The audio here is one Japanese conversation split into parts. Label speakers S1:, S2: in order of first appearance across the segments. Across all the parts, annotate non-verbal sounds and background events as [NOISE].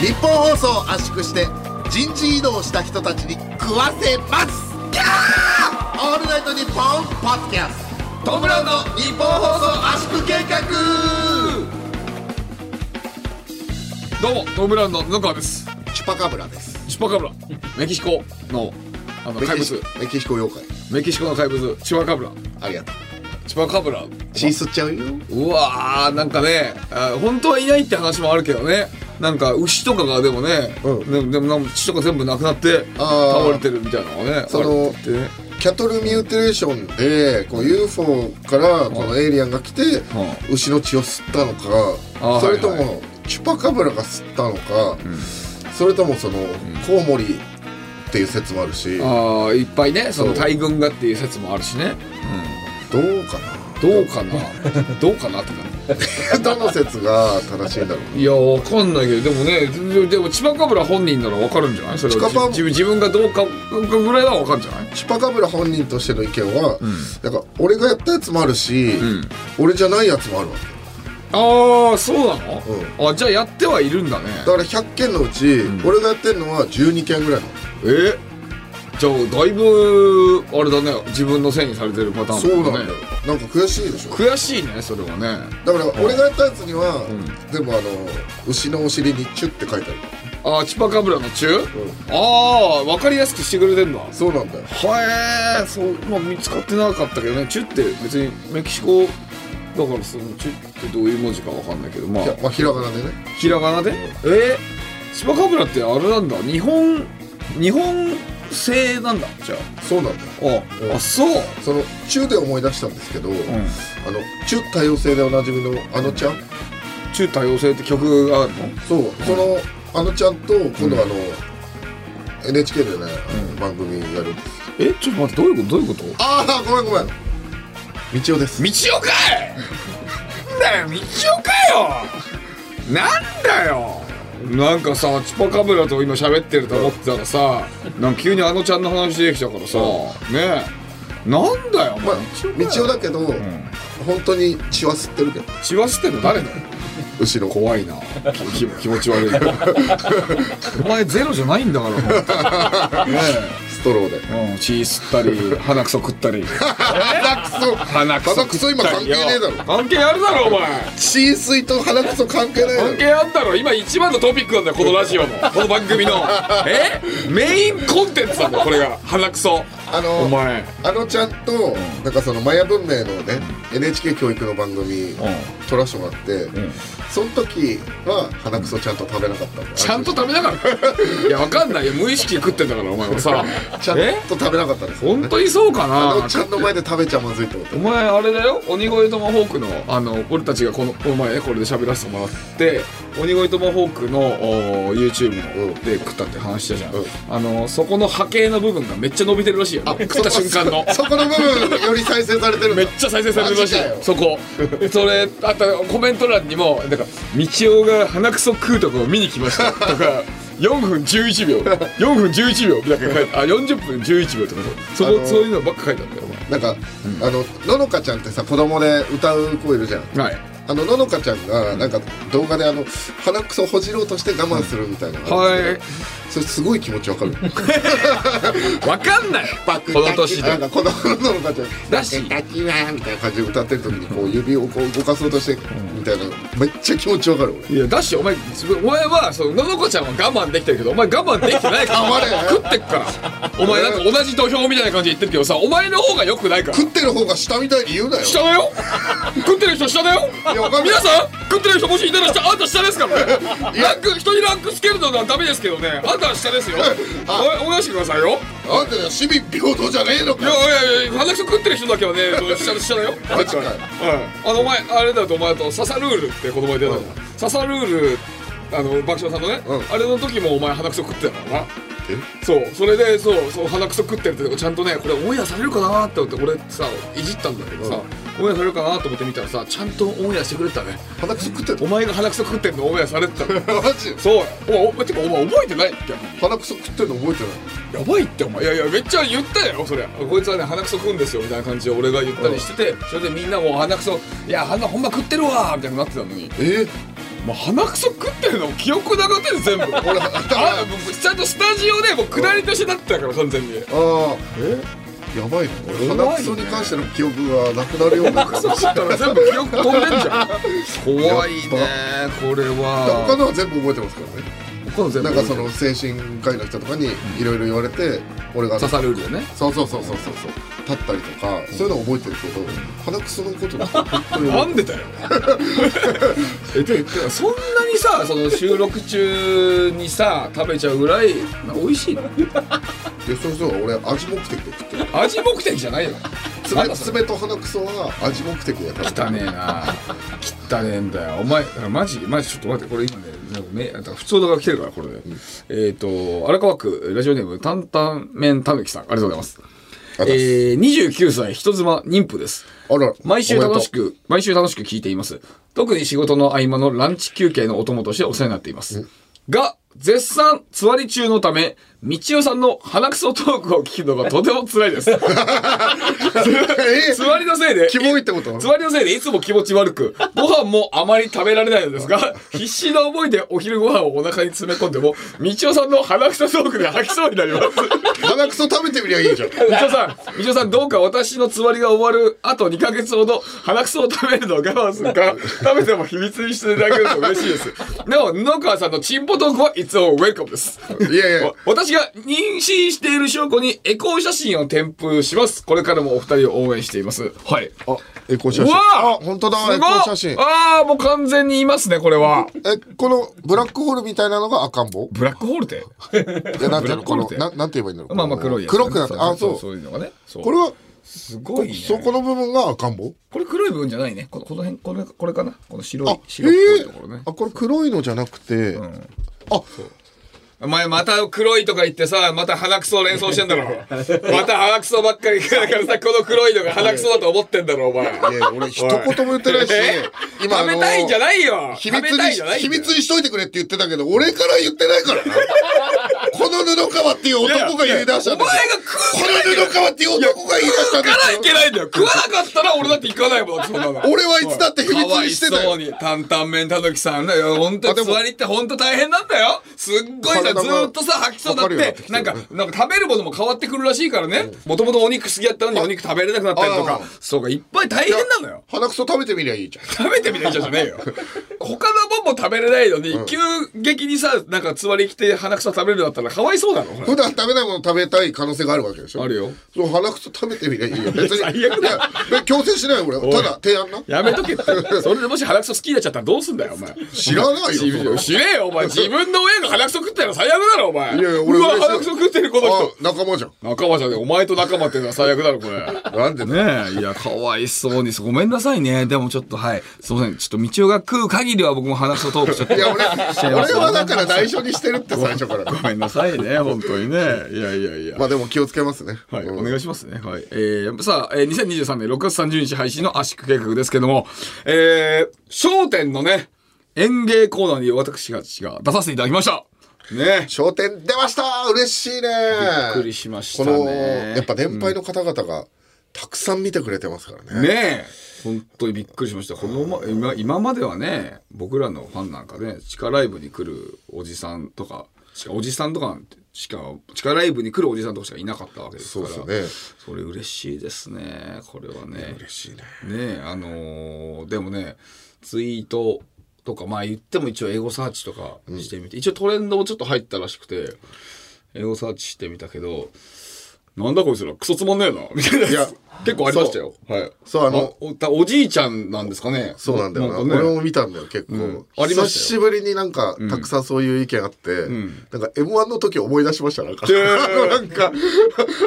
S1: 日本放送を圧縮して人事異動した人たちに食わせますキャーオールナイトニッポンポッドキャストトム・ブラウンの日本放送圧縮計画
S2: どうもトム・ブラウンの布川です
S1: チュパカブラです
S2: チュパカブラメキシコのあの
S1: メ
S2: 怪
S1: キシ
S2: 物
S1: メキシコ妖怪
S2: メキシコの怪物チュパカブラ
S1: ありがとう
S2: チュパカブラ
S1: 血吸っちゃうよ
S2: うわーなんかねあ本当はいないって話もあるけどねなんか牛とかがでもね、
S1: うん
S2: でもでもなんか血とか全部なくなって
S1: あー
S2: 倒れてるみたいなのがね
S1: その
S2: あるってね
S1: キャトルミューテレーションでこの UFO からこのエイリアンが来て
S2: う
S1: 牛の血を吸ったの
S2: あ
S1: か
S2: ー
S1: それと
S2: はいは
S1: もチュパカブラが吸ったのかそれともそのコウモリっていう説もあるしどう
S2: あーいっぱいねその
S1: そう
S2: 大群がっていう説もあるしね、
S1: か
S2: どうかなどうかなって感じ
S1: などの説が正しいんだろう
S2: いやわかんないけどでもねででも千葉かぶら本人ならわかるんじゃないそれは
S1: 千葉
S2: 自自分がどうかぐらいはわかるんじゃない
S1: チュパカブラ本人としての意見は、なんか俺がやったやつもあるし、俺じゃないやつもあるわけ
S2: ああそうなの、あじゃあやってはいるんだね
S1: だから100件のうち、俺がやってるのは12件ぐらいなの
S2: えじゃあだいぶあれだね自分のせいにされてるパターン
S1: そうなんだ
S2: ね
S1: よなんか悔しいでしょ
S2: 悔しいねそれはね
S1: だから俺がやったやつには、でもあの牛のお尻に「チュ」って書いてある
S2: あー千葉かぶらの中、ああわかりやすくしてくれてんだ
S1: そうなんだよ
S2: はえそう、まあ、見つかってなかったけどねチュって別にメキシコだからそのチュってどういう文字かわかんないけどまあ
S1: いやまあひらがなでね
S2: ひらがなでえー、シバカブラってあれなんだ日本日本製なんだじゃ
S1: そうなんだよ
S2: あ
S1: うん
S2: ああそう
S1: その「チュ」で思い出したんですけど、あの「チュ」多様性でおなじみのあのちゃん、
S2: 中多様性って曲があるの
S1: そうそのあのちゃんと今度あの、NHK でね、あの番組やるんです
S2: えちょっと待ってどういうことどういうこと
S1: ああごめんごめん道夫です
S2: 道夫かいなんだよ道夫かよなんだよなんかさチュパカブラと今喋ってると思ってたらさなんか急にあのちゃんの話出てきたからさねえなんだよお
S1: まあ
S2: 前
S1: 道夫だけど、本当に血は吸ってるけど
S2: 血は吸ってんの誰だよ
S1: 後ろ
S2: 怖いなき気持ち悪いなお前ゼロじゃないんだから本当にね
S1: ストローで
S2: え、うん、血吸ったり鼻くそ食ったり
S1: 鼻くそ
S2: 鼻
S1: 鼻くそ今関係ねえだろ
S2: 関係あるだろお前
S1: 血吸いと鼻くそ関係ないだろ
S2: 関係あんだろ今一番のトピックなんだよこのラジオのこの番組 [LAUGHS] のえメインコンテンツなんだよこれが鼻くそ
S1: あの
S2: お前
S1: あのちゃんとなんかそのマヤ文明のね NHK 教育の番組撮らせてもらってその時は鼻くそちゃんと食べなかったんだ
S2: ちゃんと食べながらいやわかんないよ無意識で食ってんだからお前はさ
S1: ちゃん
S2: え
S1: と食べなかったんですよ
S2: 本当にそうか
S1: あ
S2: な
S1: のちゃんの前で食べちゃまずいと思って
S2: お前あれだよ鬼越トマホークのあの俺たちがこのこの前ねこれで喋らせてもらって鬼越トマホークのおー YouTube
S1: うん
S2: ので食ったって話したじゃん、
S1: うん
S2: あのそこの波形の部分がめっちゃ伸びてるらしいよ、ね、食った瞬間の
S1: そこの部分より再生されてるんだ
S2: めっちゃ再生されるらしい
S1: マジかよ
S2: そこそれあとコメント欄にもなんか「みちおが鼻くそ食うとこを見に来ました」と
S1: [LAUGHS]
S2: か4分11秒4分11秒みたいな書いてあ40分11秒とかそこ、
S1: あのー
S2: そういうのばっか書いてあったよお
S1: なんかあのののかちゃんってさ子供で歌う子いるじゃん
S2: 前はい
S1: あのののかちゃんがなんか動画であの鼻くそほじろうとして我慢するみたいなのがあるんですけどそれすごい気持ちわか [LAUGHS] る
S2: わかんない
S1: 爆
S2: この年
S1: なん
S2: で
S1: か子供ののかちゃん
S2: だし
S1: 抱きはみたいな感じで歌ってる時にこう指をこう動かそうとしてみたいなめっちゃ気持ちわかる俺
S2: いやだしお前お前はそのののこちゃんは我慢できてるけどお前我慢できてないから
S1: [LAUGHS] 黙れ
S2: 食ってっからお前なんか同じ土俵みたいな感じで言ってるけどさお前の方が良くないから
S1: 食ってる方が下みたいに言うなよ
S2: 下だよ食ってる人下だよ
S1: いやわかんない
S2: 皆さん食ってる人もしいたら下あんた下ですからねランク人にランクつけるのはダメですけどねあんたは下ですよ
S1: [LAUGHS] あ
S2: おおやしてくださいよ
S1: あんた市民平等じゃねえの
S2: い
S1: か
S2: やいやいや話食ってる人だけはね下下だよ
S1: マジかよ
S2: あのお前あれだとお前と「ササルール」ってこの前出たじゃん「ササルール」あの爆笑さんのね、
S1: うん
S2: あれの時もお前鼻くそ食ってたからなそうそれでそうそう鼻くそ食ってるってとこちゃんとねこれオンエアされるかなって思って俺さいじったんだけどさ、オンエアされるかなと思って見たらさちゃんとオンエアしてくれてたね
S1: 鼻くそ食って
S2: お
S1: る
S2: 前が鼻くそ食ってんのオンエアされてた
S1: [LAUGHS]
S2: の
S1: マジ
S2: そうやお前お前てかお前覚えてない逆に
S1: 鼻くそ食ってるの覚えてない
S2: やばいってお前いやいやめっちゃ言ったよそれこいつはね鼻くそ食うんですよみたいな感じで俺が言ったりしてて、それでみんなもう鼻くそいや鼻ほんま食ってるわみたいになってたのに
S1: え
S2: もう鼻くそ食ってるの記憶なくなってる全 [LAUGHS] 部俺
S3: 俺
S2: あもうちゃんとスタジオでもう下りとしてなってたから完全に
S3: ああやばいな俺
S2: 怖いね
S3: 鼻くそに関しての記憶がなくなるよう
S2: [LAUGHS]
S3: な
S2: 鼻くそ食ったら全部記憶飛んでんじゃん怖いねこれは
S3: 他のは全部覚えてますからね
S2: 他の全
S3: なんかその精神科医の人とかにいろいろ言われて俺が
S2: 刺さるよね
S3: そうそうそうそうそうそう立ったりとかそういうの覚えてるけど鼻くそのことなんて本当に
S2: な
S3: 覚
S2: んでだよ [LAUGHS] えで
S3: [LAUGHS]
S2: そんなにさその収録中にさ食べちゃうぐらい美味しいの
S3: えてるそうそう俺味目的で食ってる
S2: 味目的じゃない [LAUGHS] よなんだ
S3: 爪
S2: それ
S3: 爪と鼻くそは味目的でやった
S2: 汚ねえな汚ねえんだよお前マジマジちょっと待ってこれ今ねなんかねなんか普通のが来てるからこれ、えっ、と荒川区ラジオネームタンタンメンたぬきさんありがとうございます
S3: あざっす
S2: えー、29歳人妻妊婦です
S3: あら
S2: 毎週楽し
S3: おめで
S2: く、毎週楽しく聞いています。特に仕事の合間のランチ休憩のお供としてお世話になっています。が、絶賛、つわり中のため、道代さんの鼻くそトークを聞くのがとても辛い [LAUGHS] です。
S3: とう [LAUGHS] え
S2: つわりのせいで、
S3: キモいってこと
S2: つわりのせいでいつも気持ち悪く、ご飯もあまり食べられないのですが、必死な思いでお昼ご飯をお腹に詰め込んでも、道代さんの鼻くそトークで吐きそうになり
S3: [LAUGHS]
S2: ます。
S3: 鼻くそ食べてみりゃいいじゃん
S2: みちおさん、みちおさん、どうか私のつわりが終わるあと2ヶ月ほど鼻くそを食べるのを我慢するか、食べても秘密にしていただけると嬉しいです。でも、布川さんのチンポトークはいつもウェルカムです。
S3: いやいや
S2: わ私が妊娠している証拠にエコー写真を添付します。これからもお二人を応援しています。はい。
S3: あエコー写
S2: う
S3: 真
S2: わ
S3: あ本当だエコー写真
S2: ああー、もう完全にいますね、これは。
S3: えこのブラックホールみたいなのが赤ん坊
S2: [LAUGHS] ブラックホールで。
S3: いやなんていうの
S2: ブ
S3: こ
S2: ラックホールっ
S3: の
S2: て
S3: ななんて言えばいいんだろう
S2: まあまあ黒いやつ、
S3: 黒くなってあそう
S2: そういうのがね。そう
S3: これは
S2: すごいね。
S3: そこの部分が赤ん坊
S2: これ黒い部分じゃないね。このこの辺これこれかな。この白
S3: あ
S2: い白っぽいところ
S3: え
S2: ね
S3: ー。あこれ黒いのじゃなくて、あ
S2: お前また黒いとか言ってさ、また鼻くそを連想してんだ
S3: [LAUGHS]
S2: ろ。また鼻くそばっかりだからさ、この黒いのが鼻くそだと思ってんだろお前。
S3: いやいや俺一言も言ってないし
S2: え
S3: 今あ
S2: 食
S3: の
S2: べたいんじゃないよ。
S3: 秘密
S2: 食べたいんじゃな
S3: に
S2: いよ
S3: 秘密にしといてくれって言ってたけど俺から言ってな
S2: [LAUGHS]
S3: いからなこの布川っていう男が言い出したん
S2: お前が
S3: ですよ
S2: 食
S3: この布川っていう男が言い出したんで
S2: わからい
S3: す
S2: け
S3: よ
S2: ないんだよ。食わなかったら俺だって行かないもん。そんなの。
S3: 俺はいつだって秘密にしてた
S2: かわ
S3: よ
S2: いそうに担々麺たぬきさんだよ本当
S3: あで
S2: に
S3: も
S2: 座りって本当大変なんだよすっごいさ
S3: 体が
S2: ずーっとさ吐きそうだっ
S3: わかるようになっててきて
S2: なんかなんか食べるものも変わってくるらしいからねもともとお肉好きやったのにお肉食べれなくなったりと
S3: あ
S2: か
S3: あ
S2: そうかいっぱい大変なのよ
S3: 鼻くそ食べてみりゃいいじゃん
S2: 食べてみないじゃんじゃねえよ他のもんも食べれないのに、急激にさなんかつわりきて鼻くそ食べるのだったらかわいそうだろほら
S3: 普段食べないもの食べたい可能性があるわけでしょ
S2: あるよ
S3: そう鼻くそ食べてみりゃいいよ別に
S2: [LAUGHS] いや最悪だよ
S3: いや強制しないよ俺ただ提案な
S2: やめとけ
S3: [LAUGHS]
S2: ってそれでもし鼻くそ好きになっちゃったらどうすんだよお前
S3: 知らないよそんなの
S2: 知れよお前自分の親が鼻くそ食ってたら最悪だろお前
S3: いやいや俺
S2: うわ
S3: 嬉しい
S2: 鼻くそ食ってるこの人
S3: あ仲間じゃん
S2: 仲間じゃねえお前と仲間っていうのは最悪だろこれ
S3: なんで
S2: ねえいやかわいそうにごめんなさいねでもちょっとはいすいませんちょっと道夫が食う限りは僕も鼻くそトークちょっと
S3: いや
S2: [LAUGHS]
S3: 俺
S2: いませ
S3: 俺
S2: ん
S3: はだから内緒にしてるって最初から
S2: ごめんなさいね本当にねいやいやいや
S3: まあでも気をつけますね
S2: はい、
S3: うん
S2: お願いしますね。はい。えー、さあ、えー、2023年6月30日配信の圧縮計画ですけども、えー、商店のね、演芸コーナーに私たちが出させていただきました。ね
S3: 商店出ました嬉しいね
S2: びっくりしました
S3: こ
S2: ね
S3: のやっぱ年配の方々がたくさん見てくれてますからね
S2: え。ねえ。本当にびっくりしました。このま、今、今まではね、僕らのファンなんかね、地下ライブに来るおじさんとか、しかおじさんとかなんて、しか、地下ライブに来るおじさんとかしかいなかったわけです
S3: そ
S2: か
S3: う
S2: ら。
S3: です
S2: そ
S3: よね
S2: れ嬉しいですね。これはね。
S3: 嬉しいね
S2: ねえあのーでもねツイートとかまあ言っても一応英語サーチとかしてみて、一応トレンドもちょっと入ったらしくて英語サーチしてみたけどなんだこいつらクソつまんねえなみたいなやつ
S3: いや
S2: 結構ありましたよはい
S3: そうあの
S2: おおおじいちゃんなんですかね
S3: そうなんだよな
S2: かね
S3: 俺も見たんだよ結構、
S2: んありましたよ
S3: 久しぶりになんかたくさんそういう意見あって、なんか m 1の時思い出しましたなんかあのなんか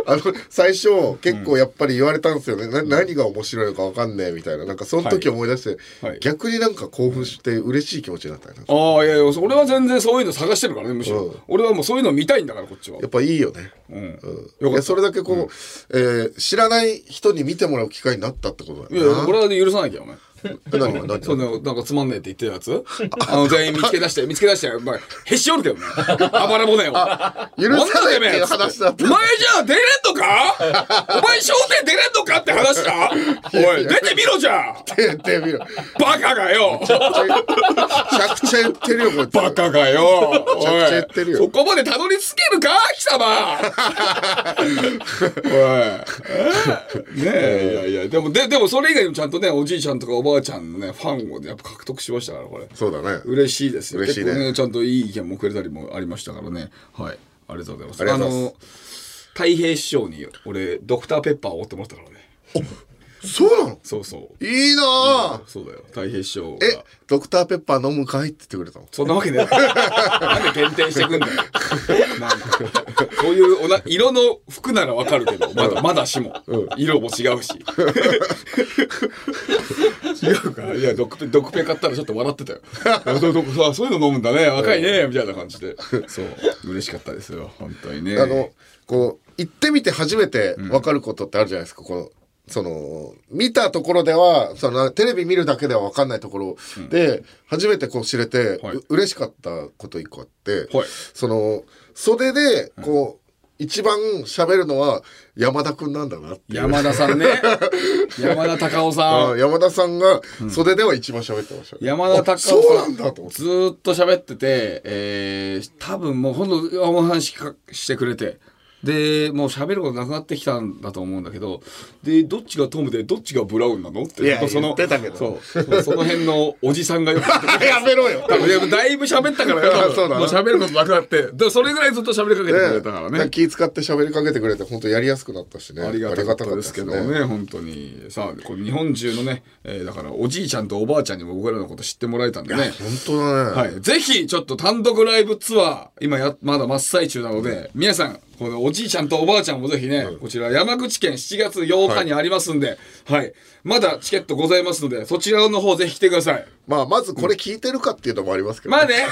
S3: あの最初結構やっぱり言われたんですよね、な何が面白いのかわかんねえみたいななんかその時思い出して、
S2: はい
S3: 逆になんか興奮して嬉しい気持ちになったよな
S2: ああいやいや俺は全然そういうの探してるからねむしろ、
S3: うん
S2: 俺はもうそういうの見たいんだからこっちは
S3: やっぱいいよね、
S2: うん
S3: うんいやそれだけこう、えー知らない人に見てもらう機会になったってこと
S2: い
S3: だ
S2: やい
S3: よ
S2: や
S3: な
S2: 俺は許さなきゃお前
S3: 何が何
S2: そ
S3: が
S2: のなんかつまんねえって言ってるや
S3: [LAUGHS]
S2: つあの全員見つけ出して見つけ出して、まあ、へし折るけどね暴れ骨を
S3: 許さないっていう話だ
S2: お
S3: った
S2: 前じゃあ出れんのかお前商店出れんのかって話だおい出てみろじゃあ
S3: [LAUGHS] 言ってみろ
S2: バカがよ
S3: めちゃくちゃ言ってるよこいつ
S2: バカがよ
S3: めちゃくちゃ言ってるよ
S2: おいそこまでたどり着けるか貴様
S3: [LAUGHS]
S2: おいねえいやいやでもででもそれ以外にもちゃんとねおじいちゃんとかおばあちゃんのねファンをねやっぱ獲得しましたからこれ
S3: そうだね
S2: 嬉しいですよ
S3: 嬉しいね
S2: 結構ちゃんといい意見もくれたりもありましたからねはいありがとうございます
S3: ありがとうございま
S2: の太平師匠に俺ドクターペッパーを追ってもらったからね
S3: そうなの
S2: そうそう
S3: いいなあ
S2: そうだよ太平師匠が
S3: えドクターペッパー飲むかいって言ってくれたの
S2: そんなわけねえだろなんで限定してくんだよなんかそういうおな色の服ならわかるけどまだまだしも、色も違うし違うからいや毒ペ毒ペ買ったらちょっと笑ってたよあそう毒そうそういうの飲むんだね若いねみたいな感じでそう嬉しかったですよ本当にね
S3: あのこう行ってみて初めて分かることってあるじゃないですか、このその見たところではそのテレビ見るだけでは分かんないところで、初めてこう知れて、
S2: はいう
S3: 嬉しかったこと一個あって、
S2: はい
S3: その袖でこう、一番喋るのは山田君なんだなっていう。
S2: 山田さんね山田隆夫さ
S3: あ
S2: ん
S3: 山田さんが袖では一番喋ってましたね、
S2: 山田
S3: あ
S2: 隆
S3: そ
S2: 夫
S3: う
S2: さ
S3: なんんだと思って
S2: ずーっと喋ってて、えー、多分もうほんとお話かしてくれてでもう喋ることなくなってきたんだと思うんだけどでどっちがトムでどっちがブラウンなのって
S3: いや
S2: なんかその
S3: 言ってたけど
S2: そうそうその辺のおじさんがよく
S3: や [LAUGHS] めろよ
S2: 多分いやだいぶ喋ったからよ多分
S3: [LAUGHS] そうだな
S2: もう喋ることなくなってでそれぐらいずっと喋りかけてくれたから
S3: ね
S2: ね
S3: 気使って喋りかけてくれて本当やりやすくなったしね
S2: ありがたかったですけど
S3: ありがたかったです
S2: ね
S3: ね
S2: 本当にさあこれ日本中のね、えーだからおじいちゃんとおばあちゃんにも僕らのこと知ってもらえたんでね
S3: 本当だね、
S2: はい、ぜひちょっと単独ライブツアー今やまだ真っ最中なので皆さんこのおじいちゃんとおばあちゃんもぜひね、こちら山口県7月8日にありますんで、はいまだチケットございますのでそちらの方ぜひ来てください
S3: まあまずこれ聞いてるかっていうのもありますけど、
S2: まあね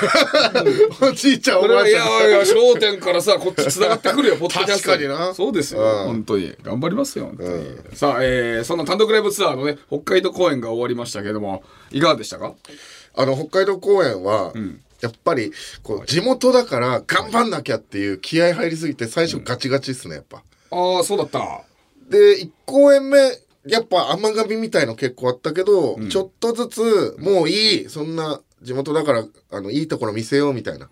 S3: お [LAUGHS] じいちゃん [LAUGHS] お
S2: これ
S3: ばあ
S2: はい
S3: ち
S2: や
S3: ゃん
S2: いや『笑点』からさこっち繋がってくる
S3: [LAUGHS]
S2: よポッドキャスト
S3: 確かにな
S2: そうですよ、
S3: うん
S2: 本当に頑張りますよ本当に、さあ、えーその単独ライブツアーのね北海道公演が終わりましたけどもいかがでしたか
S3: あの北海道公演は、やっぱりこう地元だから頑張んなきゃっていう気合入りすぎて最初ガチガチっすねやっぱ。
S2: ああそうだった
S3: で1公演目やっぱ甘噛みみたいの結構あったけど、ちょっとずつもういいそんな地元だからあのいいところ見せようみたいな。っ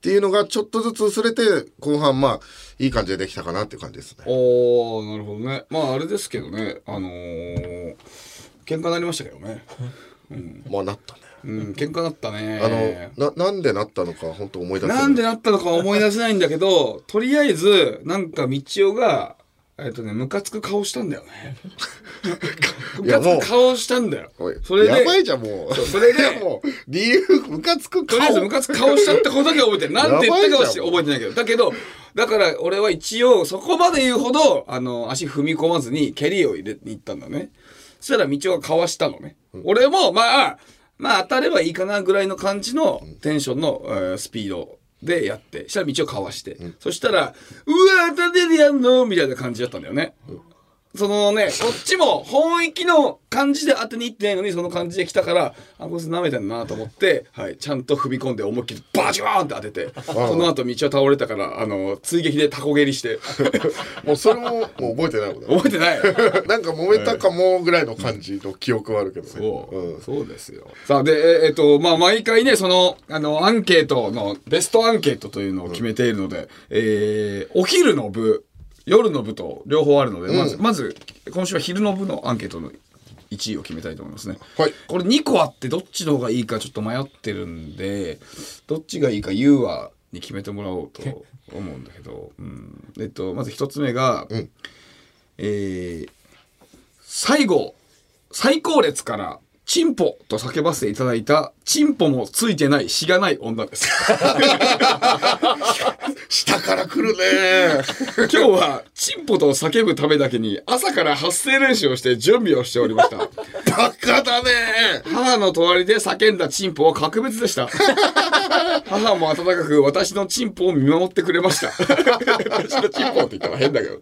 S3: ていうのがちょっとずつ薄れて後半まあいい感じでできたかなっていう感じですね。
S2: おーなるほどねまああれですけどねあのー、喧嘩になりましたけどね
S3: まあなったね。
S2: うん喧嘩なった
S3: あ
S2: ね
S3: のななんでなったのか本当思い出せない。
S2: なんでなったのかは思い出せないんだけどとりあえずなんか道夫がえっとねムカつく顔したんだよねム
S3: いや
S2: カ
S3: もう
S2: つく顔したんだよ
S3: おい
S2: それで
S3: やばいじゃんもう
S2: そうそれで
S3: [LAUGHS] いやもう理由ムカつ
S2: [LAUGHS]
S3: く
S2: と
S3: 顔
S2: りあえずムカつく顔したってことだけ覚えてる。なんて言ったかはし
S3: やばいじゃん
S2: 覚えてないけど。だけど、だから俺は一応そこまで言うほど、あの、足踏み込まずに蹴りを入れに行ったんだね。そしたら道をかわしたのね。俺も、まあ、まあ当たればいいかなぐらいの感じのテンションの、えースピード。でやって、したら道をかわして、そしたら、うわ、当たってるやんのみたいな感じだったんだよね。そのね、こっちも本域の感じで当てにいってないのに、その感じで来たから、あ、こいつ舐めてんなと思って、はい、ちゃんと踏み込んで思いっきりバチュワーンって当てて、その後道は倒れたから、あの、追撃でタコ蹴りして、 [LAUGHS]
S3: もうそれももう覚えてないもんね
S2: 覚えてない [LAUGHS]
S3: なんか揉めたかもぐらいの感じの記憶はあるけどね
S2: そう、
S3: うん
S2: そうですよ。さあ、で、ええっと、まあ、毎回ね、その、あの、アンケートの、ベストアンケートというのを決めているので、えーお昼の部、夜の部と両方あるので、まず、まず、今週は昼の部のアンケートの1位を決めたいと思いますね。
S3: はい
S2: これ2個あって、どっちの方がいいかちょっと迷ってるんで、どっちがいいか、優は、に決めてもらおうと思うんだけど、うん、えっとまず一つ目が、えー最後最高列からチンポと叫ばせていただいたチンポもついてないしがない女です。
S3: 下から来るね。
S2: [LAUGHS] 今日はチンポと叫ぶためだけに朝から発声練習をして準備をしておりました
S3: バカだね。
S2: 母の隣で叫んだチンポは格別で [LAUGHS] した母も温かく私のチンポを見守ってくれました [LAUGHS] 私のチンポって言ったら変だけど、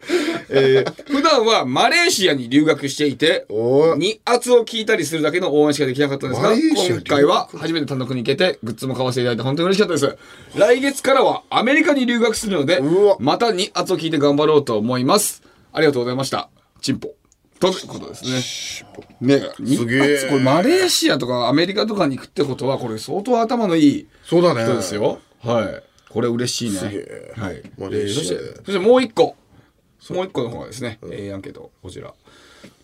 S2: えー普段はマレーシアに留学していて
S3: おー
S2: に圧を聞いたりするだけの応援しかできなかったんですが
S3: マレーシ
S2: 今
S3: ア留学
S2: 回は初めて単独に行けてグッズも買わせていただいて本当に嬉しかったです来月からはアメリカに留学するので
S3: うわ
S2: またに圧を聞いて頑張ろうと思いますありがとうございましたチンポということですねね
S3: すげえ
S2: これマレーシアとかアメリカとかに行くってことはこれ相当頭のいい
S3: そうだね。
S2: 人です。よ、はいこれ嬉しいね
S3: げえ
S2: はい、
S3: マレーシア
S2: そしてそしてもう一個もう一個の方がですね、えーアンケートこちら、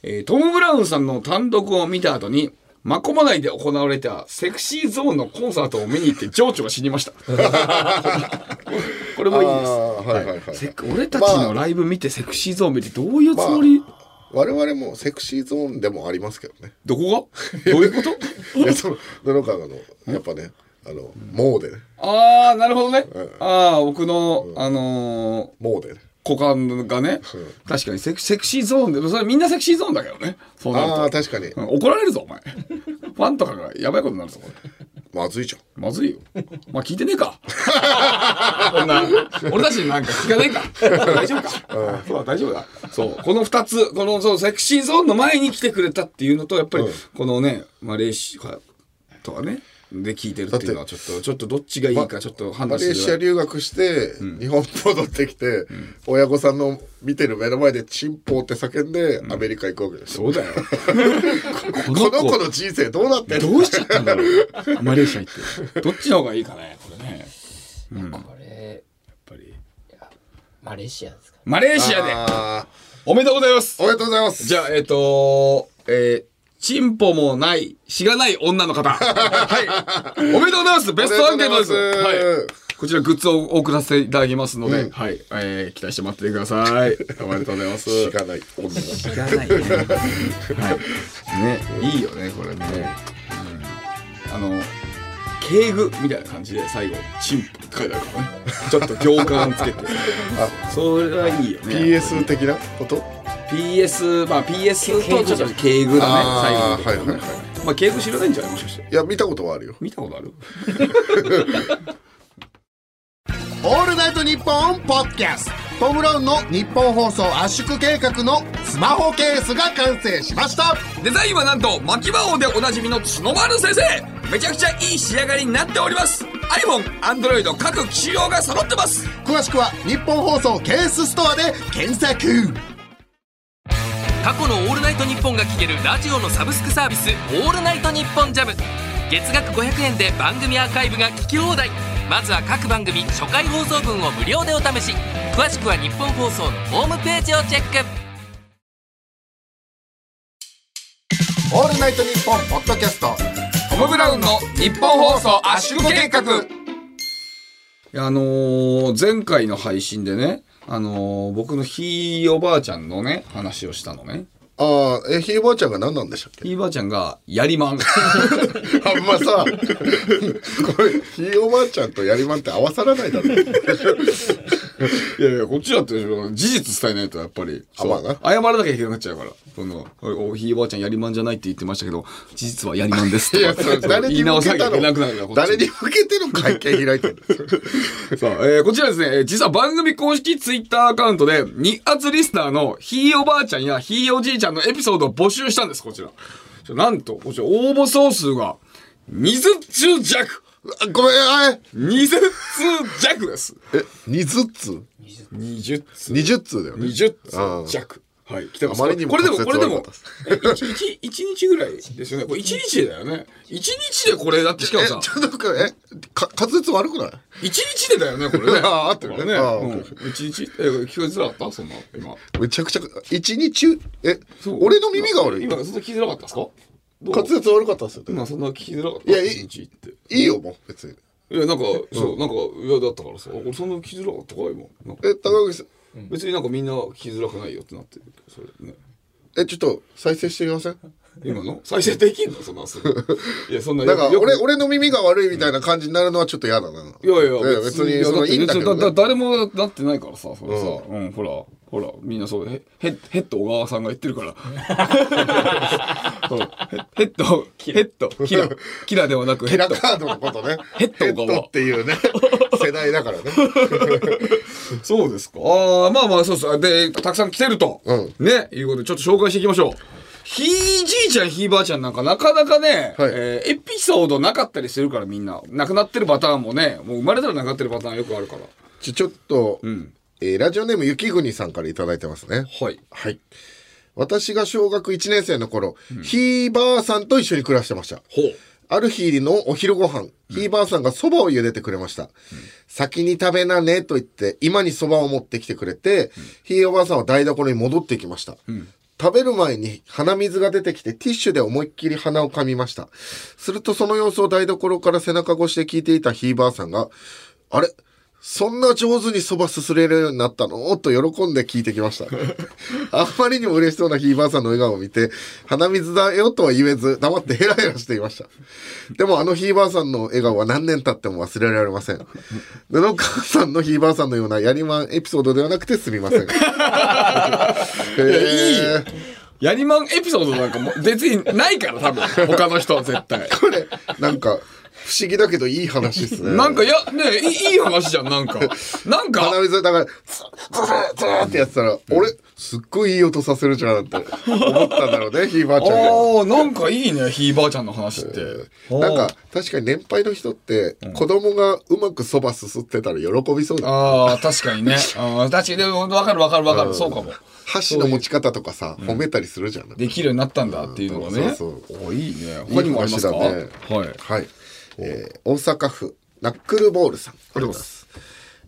S2: えートム・ブラウンさんの単独を見た後にマコマ内で行われたセクシーゾーンのコンサートを見に行って情緒が死に
S3: [LAUGHS]
S2: ました [LAUGHS] これもいいです
S3: あーはいはいはい
S2: せ俺たちのライブ見てセクシーゾーン見てどういうつもり、
S3: 我々もセクシーゾーンでもありますけどね。
S2: どこがどういうこと
S3: いや、その、なんかあの、やっぱね、あの、もうでね。
S2: ああなるほどね、ああ僕の、あのー
S3: もうでね。
S2: 股間がね、確かにセクセクシーゾーンでそれみんなセクシーゾーンだけどねそうなると
S3: ああ、確かに。
S2: うん怒られるぞお前ファンとかがやばいことになるぞこれ
S3: まずいじゃん。
S2: まずいよまあ聞いてねえか [LAUGHS] こんな俺たちになんか聞かねえか大丈夫かそうだ大丈夫だそうこの2つこのそうセクシーゾーンの前に来てくれたっていうのとやっぱり、このねマレーシアとかねで聞いてるっていうのはちょっとちょっとどっちがいいかちょっと判
S3: マ
S2: 断し
S3: レ
S2: て
S3: ーシア留学して、日本戻ってきて、親御さんの見てる目の前でチンポーって叫んで、アメリカ行くわけですよ。
S2: そうだよ
S3: この子の人生どうなってんの
S2: どうしちゃったんだろうマレーシア行ってどっちの方がいいかねこれねやっ
S4: これ
S2: ぱり
S4: マレーシアですか
S2: マレーシアで
S3: あ
S2: おめでとうございます
S3: ーおめでとうございます。
S2: じゃあえっ、とえーチンポもない、しがない女の
S3: [LAUGHS]
S2: 方。はい。おめでとうございます。ベストアンケートです。
S3: おめでとうございます
S2: はい。こちらグッズをお送らせていただきますので、
S3: うん
S2: はい、えー期待して待っててくださ
S3: [LAUGHS]
S2: い。おめでとうございます。
S3: 知らない女。
S4: 知らないですね
S2: はい。ね、いいよね、これね。うん、あの、敬具みたいな感じで最後、チンポって書いてあるからね。ちょっと行間つけ [LAUGHS] て。それはいいよね。
S3: PS 的なこと
S2: PS、まあ PS とちょっと敬具だ
S3: あ
S2: ね、
S3: ー
S2: 最後のところね。
S3: はいはい
S2: まあ敬具知らないんじゃないもしかして。
S3: いや、見たことはあるよ。
S2: 見たことある
S1: オールナイトニッポンポッドキャストトム・ブラウンの日本放送圧縮計画のスマホケースが完成しました
S2: デザインはなんと、巻き魔王でおなじみの角丸先生めちゃくちゃいい仕上がりになっております !iPhone、Android 各機種用が揃ってます
S1: 詳しくは日本放送ケースストアで検索
S5: 過去の「オールナイトニッポン」が聴けるラジオのサブスクサービス「オールナイトニッポンジャム月額500円で番組アーカイブが聞き放題まずは各番組初回放送分を無料でお試し詳しくは日本放送のホームページをチェック
S1: 「オールナイトニッポンポッドキャスト
S2: トム・ブラウンの日本放送圧縮計画あのー前回の配信でね、あのー僕のひいおばあちゃんのね、話をしたのね。
S3: ああ、え、ひいばあちゃんが何なんでしたっけ
S2: ひいおばあちゃんが、やりま [LAUGHS] ん。
S3: あんま [LAUGHS] さ、これ、ひいおばあちゃんとやりまんって合わさらないだろ。
S2: いやいや、こっちだって、事実伝えないと、やっぱり。
S3: あまあな
S2: 謝らなきゃいけなくなっちゃうから。その、おおひいおばあちゃんやりまんじゃないって言ってましたけど、事実はやりまんですと
S3: い
S2: か。
S3: や、それ誰
S2: 言
S3: に
S2: い
S3: 向
S2: 直さな
S3: け
S2: きゃ
S3: た
S2: いけなくなるから、こ
S3: の
S2: っち
S3: 誰に向けての会見開いてるんですよ
S2: [LAUGHS] さあ、えーこちらですね、えー実は番組公式ツイッターアカウントで、ニ圧リスナーのひいおばあちゃんやひいおじいちゃんのエピソードを募集したんです、こちら。ちょなんと、こちら応募総数が、20通弱
S3: あごめん、あい
S2: !20 通弱です
S3: え、20通
S2: !20 通
S3: ?20 通だよね。
S2: 20通弱。はい、来てます。
S3: あまりにも
S2: これでも、こ
S3: 滑舌
S2: れでも
S3: 悪かっ、
S2: 1日ぐらいですよね。これ1日だよね。1日でこれだって、しかも
S3: え、ち
S2: さ
S3: ょ、っとこれ、え、か滑舌悪くない
S2: 1日でだよね、これね。
S3: [LAUGHS] あ合ってるね
S2: これね。
S3: あ
S2: うん
S3: オッ
S2: 1日、え、聞こえづらかったそんな、今。
S3: めちゃくちゃ、一日、え
S2: そう、
S3: 俺の耳が悪い。
S2: 今、そんな聞きづらかったですかどう
S3: 滑舌悪かったっすよね。
S2: 今、そんな聞きづらかった
S3: いやい
S2: 1日って。
S3: いいよ、もう、別に。
S2: いや、なんか、そう、なんか、いや、だったからさ、俺そんな聞きづらかったか、今。なんか
S3: え、高岸さん、
S2: 別になんかみんな聞きづらくないよってなってるけど、それね。
S3: え、ちょっと、再生してみません
S2: 今の再生できんのそんなすぐ
S3: [LAUGHS]
S2: いやそんな
S3: なんか
S2: よく
S3: 俺俺の耳が悪いみたいな感じになるのはちょっと嫌だな。
S2: いやいや
S3: 別にそのいいんだけ
S2: 別に
S3: ど、ね。
S2: だ誰もなってないからさそれさ、うんほらほらみんなそうへヘヘッド小川さんが言ってるから
S3: [LAUGHS]
S2: そうヘヘッドヘッドキラキラではなくヘ
S3: ヘラ
S2: ッ
S3: カ
S2: ド
S3: ードのことね。
S2: [LAUGHS] ヘッドが
S3: っていうね
S2: [LAUGHS]
S3: 世代だからね。
S2: そうですかああまあまあそうそうでたくさん来てると、
S3: うん
S2: ねいうことでちょっと紹介していきましょうひいじいちゃんひいばあちゃんなんかなかなかね、
S3: はい
S2: えーエピソードなかったりするからみんな亡くなってるパターンもねもう生まれたら亡くなってるパターンよくあるから
S3: ちょちょっと、
S2: ん
S3: えーラジオネーム雪国さんからいただいてますね。
S2: はい
S3: はい。私が小学1年生の頃、ひーばあさんと一緒に暮らしてました。
S2: ほう
S3: ある日のお昼ご飯、ひーばあさんがそばを茹でてくれました。先に食べなねと言って、今にそばを持ってきてくれて、ひーおばあさんは台所に戻ってきました。食べる前に鼻水が出てきてティッシュで思いっきり鼻を噛みました。するとその様子を台所から背中越しで聞いていたひーばあさんが、あれそんな上手にそばすすれるようになったのと喜んで聞いてき
S2: [LAUGHS]
S3: ました。あんまりにも嬉しそうなひいばあさんの笑顔を見て、鼻水だよとは言えず、黙ってヘラヘラしていました。でもあのひいばあさんの笑顔は何年経っても忘れられません。布川さんのひいばあさんのようなやりまんエピソードではなくてす
S2: [LAUGHS]
S3: みません。
S2: いい
S3: え
S2: よヤニマンエピソードなんかもう別にないから多分他の人は絶 [LAUGHS] 対
S3: これ、なんか、不思議だけどいい話ですね。
S2: なんかいやねいいいい話じゃんなん [LAUGHS] かなんか
S3: 鼻水だから、ツーツーってやってたら、俺、すっごいいい音させるじゃんって思ったんだろうね、ひいばあ
S2: あ
S3: ちゃんが。
S2: ーなんかいいねひいばあちゃんの話って
S3: なんか確かに年配の人って子供がうまくそばすすってたら喜びそうだ、
S2: あー確かに [LAUGHS] ねあー確かにでも分かる分かる分かるそうかも
S3: 箸の持ち方とかさ褒めたりするじゃん、
S2: できるようになったんだっていうのがね
S3: そうそう
S2: おいいね他にもありますか
S3: いい話だね
S2: はい
S3: はい、えー大阪府ナックルボールさんありがとうございます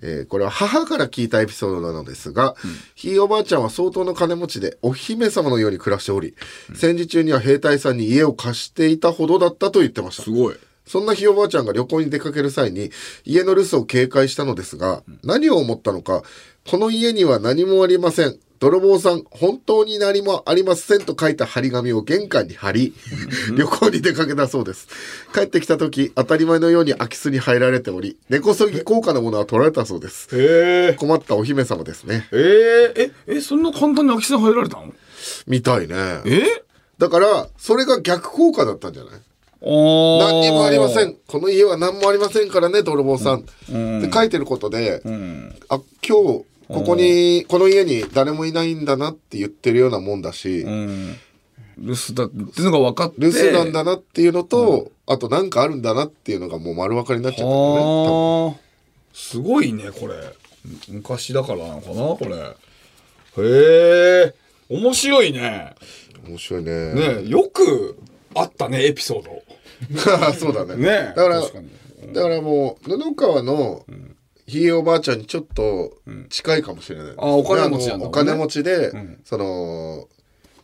S3: えーこれは母から聞いたエピソードなのですが、ひいおばあちゃんは相当の金持ちでお姫様のように暮らしており、戦時中には兵隊さんに家を貸していたほどだったと言ってました
S2: すごい
S3: そんなひいおばあちゃんが旅行に出かける際に家の留守を警戒したのですが、何を思ったのか、この家には何もありません。泥棒さん、本当に何もありませんと書いた張り紙を玄関に貼り、旅行に出かけたそうです。帰ってきた時、当たり前のように空き巣に入られており、根こそぎ高価なものは取られたそうです。
S2: え
S3: 困ったお姫様ですね。
S2: えええそんな簡単に空き巣に入られたの
S3: みたいね。
S2: え
S3: だから、それが逆効果だったんじゃない何
S2: 何
S3: にもありませんこの家は何もありませんからね泥棒さん、って書いてることで、あ今日ここにこの家に誰もいないんだなって言ってるようなもんだし、
S2: 留守だっていうのが分かって
S3: 留守なんだなっていうのと、あと何かあるんだなっていうのがもう丸分かりになっちゃったんだね多
S2: あ
S3: 分
S2: あすごいねこれむ昔だからなのかなこれへえ面白いね
S3: 面白いね
S2: ねよくあったねエピソード
S3: [LAUGHS] そうだね
S2: ねえ
S3: だから
S2: 確かに
S3: だからもう布川のひいおばあちゃんにちょっと近いかもしれない、
S2: あお金持ちなんだも
S3: ねあの
S2: んね
S3: お金持ちで、その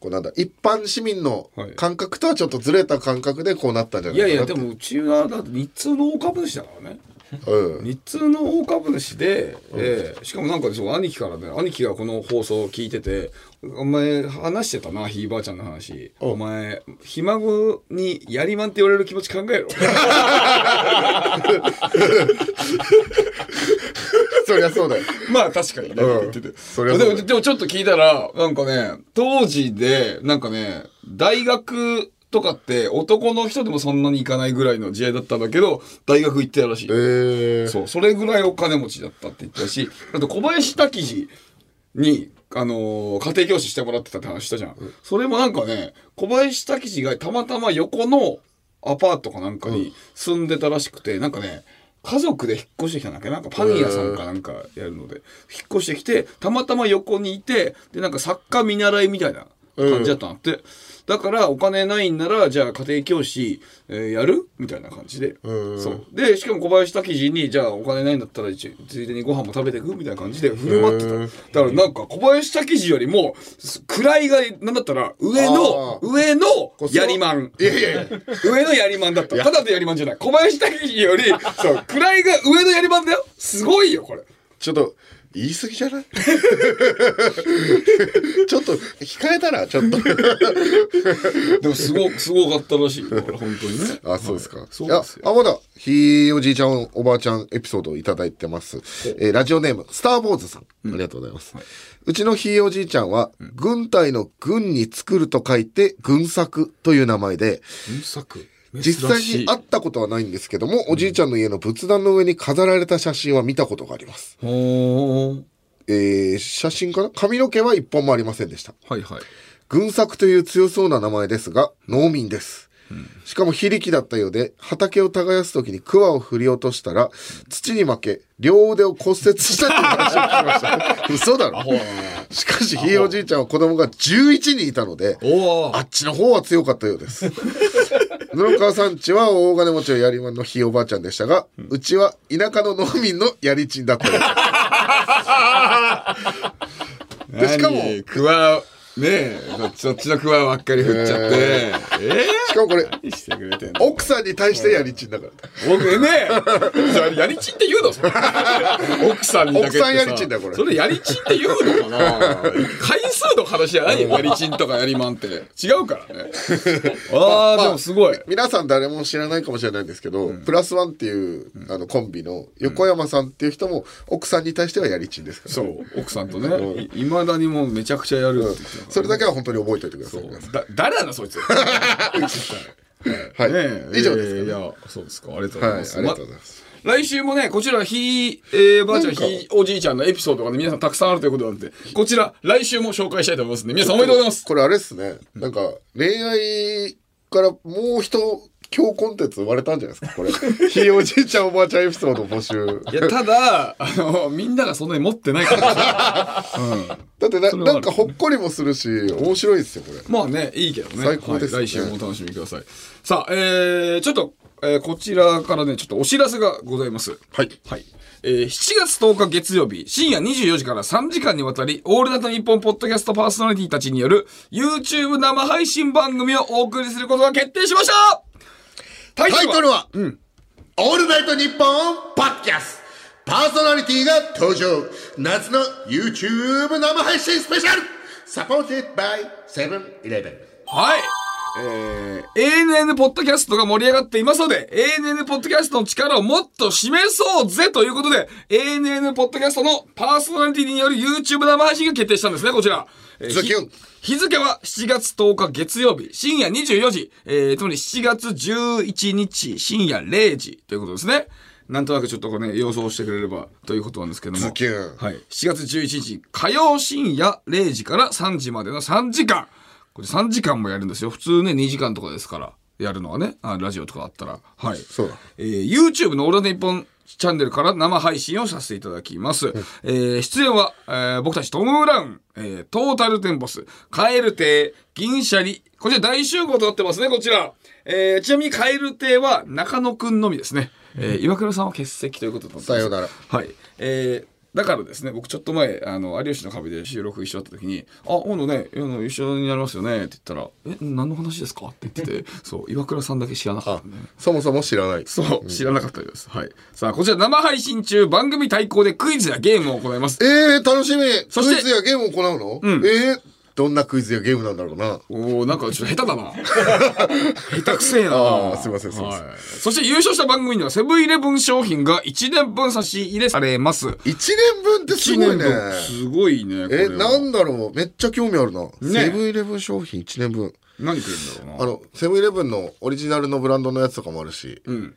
S3: こうなんだ一般市民の
S2: はい
S3: 感覚とはちょっとずれた感覚でこうなったんじゃないいか
S2: やや
S3: ないって
S2: でもうちはだって日通の大株主だからね [LAUGHS]
S3: うん、
S2: 日通の大株主で、えーしかもなんかそう兄貴からね兄貴がこの放送を聞いてて「お前話してたなひいばあちゃんの話お前ひ孫にやりまんって言われる気持ち考
S3: [LAUGHS]
S2: えろ」
S3: そりゃそうだよ
S2: まあ確かにね、
S3: うん
S2: 言ってて
S3: そりゃそうだ
S2: で
S3: よ
S2: もでもちょっと聞いたらなんかね当時でなんかね大学とかって男の人でもそんなに行かないぐらいの時代だったんだけど大学行ってたらしい、
S3: えー、
S2: そうそれぐらいお金持ちだったって言ってたしあと小林滝次に、あのー家庭教師してもらってたって話したじゃん、それもなんかね小林滝次がたまたま横のアパートかなんかに住んでたらしくて、なんかね家族で引っ越してきたんだっけなんかパン屋さんかなんかやるので、引っ越してきてたまたま横にいてでなんか作家見習いみたいな感じだったんだって、だからお金ないんならじゃあ家庭教師、えーやるみたいな感じで、そうでしかも小林滝次にじゃあお金ないんだったら一ついでにご飯も食べてくみたいな感じで振る舞ってた、だからなんか小林滝次よりもす位がなんだったら上の
S3: あー
S2: 上の
S3: こう
S2: やりまん
S3: いやいやいや
S2: 上のやりまんだった。ただのやりまんじゃない。小林武史より、そう、位が上のやりまんだよ。すごいよ、これ。
S3: ちょっと言い過ぎじゃない [LAUGHS] ちょっと控えたらちょっと
S2: でもすごすごかったらしいよこれ本当にね
S3: あそうですか、
S2: はい
S3: い、
S2: そうです
S3: や
S2: よ
S3: あまだひいおじいちゃんおばあちゃんエピソードをいただいてます、えーラジオネームスターボーズさん、ありがとうございます、うちのひいおじいちゃんは、軍隊の軍に作ると書いて軍作という名前で
S2: 文作
S3: 実際に会ったことはないんですけども、おじいちゃんの家の仏壇の上に飾られた写真は見たことがあります。
S2: ほー
S3: えー写真かな髪の毛は一本もありませんでした。
S2: はいはい
S3: 軍作という強そうな名前ですが、農民です。しかも非力だったようで、畑を耕す時に桑を振り落としたら、土に負け、両腕を骨折したという話を [LAUGHS] 聞きました。嘘だろ。しかし、ひいおじいちゃんは子供が11人いたので、
S2: お
S3: あっちの方は強かったよう [LAUGHS] です。布川さんちは大金持ちのやりまんのひいおばあちゃんでしたが、うちは田舎の農民のやりちんだったようです。
S2: で
S3: [LAUGHS] しかも
S2: クワねえそっちそっちのクワばっかり振っちゃってえ
S3: しかもこれ、
S2: えしてくれてんの
S3: 奥さんに対してやりちんだから。
S2: 僕ね [LAUGHS] ややりちんって言うの
S3: [LAUGHS]
S2: それ奥さんにだけってさ
S3: 奥さんやりちんだよこれ
S2: それやりちんって言うのかな回数の話じゃないよやりちんとかやりまんって違う
S3: [LAUGHS]
S2: からねああでもすごい
S3: 皆さん誰も知らないかもしれないんですけど、プラスワンっていう、あのコンビの横山さんっていう人も奥さんに対してはやりちんですから、
S2: そう奥さんとねいまだにもうめちゃくちゃやるって言ってたから
S3: それだけは本当に覚えておいてください皆さん
S2: だ誰なんだそいつね
S3: はい、
S2: え
S3: 以上です
S2: えーい
S3: かね、
S2: やそうですかありがとうござい
S3: はいあ
S2: ます、
S3: りがとうございます、
S2: 来週もねこちらひい、えーばあちゃん
S3: なんか
S2: ひいおじいちゃんのエピソードがね皆さんたくさんあるということなんでこちら来週も紹介したいと思いますんで皆さんおめでとうございます
S3: これあれですねなんか恋愛からもう一今日コンテンツ生まれたんじゃないですかこれ [LAUGHS] ひいおじいちゃんおばあちゃんエピソード募集
S2: いやただあのみんながそんなに持ってないから
S3: だってな
S2: それはある
S3: なんかほっこりもするし面白いですよこれ
S2: まあねいいけどね
S3: 最高ですね
S2: はい来週もお楽しみくださいさあえー、ちょっと、えーこちらからねちょっとお知らせがございます
S3: はい
S2: はい。えー7月10日月曜日、深夜24時から3時間にわたり、オールナイトニッポンポッドキャストパーソナリティたちによる、YouTube 生配信番組をお送りすることが決定しましたタイ
S3: タイトルは、
S2: うん
S3: オールナイトニッポンポッドキャストパーソナリティが登場夏の YouTube 生配信スペシャルサポーテッドバイセブンイレブン
S2: はい。えー、ANN ポッドキャストが盛り上がっていますので、ANN ポッドキャストの力をもっと示そうぜということで、ANN ポッドキャストのパーソナリティによる YouTube 生配信が決定したんですね、こちら。えー
S3: ズキュン
S2: ひ日付は7月10日月曜日深夜24時、えー、つまり7月11日深夜0時ということですね。なんとなくちょっとこれね、予想してくれればということなんですけども。
S3: ズキュン
S2: はい。7月11日、火曜深夜0時から3時までの3時間。これ3時間もやるんですよ。普通ね、2時間とかですから。やるのはね、あラジオとかあったら。はい。
S3: そうだ
S2: えー YouTube のオールナイトニッポンチャンネルから生配信をさせていただきます。えー出演は、えー僕たちトム・ブラウン、えートータルテンボス、カエル亭、銀シャリ、こちら大集合となってますね、こちら。えーちなみにカエル亭は中野くんのみですね。えー岩倉さんは欠席ということとなってます
S3: さようなら。
S2: はい。えーだからですね、僕ちょっと前、あの、有吉の壁で収録一緒だった時に、あ、今度ね、あの一緒になりますよね、って言ったら、え、何の話ですかって言ってて、 [LAUGHS] そう、岩倉さんだけ知らなかったんだよね。
S3: そもそも知らない
S2: そう、知らなかったです。はい。さあ、こちら生配信中、番組対抗でクイズやゲームを行います。
S3: えー、楽しみ
S2: そして
S3: クイズやゲームを行うの、えー、どんなクイズやゲームなんだろうな
S2: おおなんかちょっと下手だ
S3: [LAUGHS]
S2: な。下手くせえな。
S3: あーすいませんすいません
S2: はいそして優勝した番組にはセブンイレブン商品が1年分差し入れされます。
S3: 1年分ってすごいね
S2: 1年分すごいね。こ
S3: え
S2: れは
S3: なんだろうめっちゃ興味あるな、
S2: ね
S3: セブンイレブン商品1年分
S2: 何くれるんだろうな。
S3: あのセブンイレブンのオリジナルのブランドのやつとかもあるし、
S2: うん。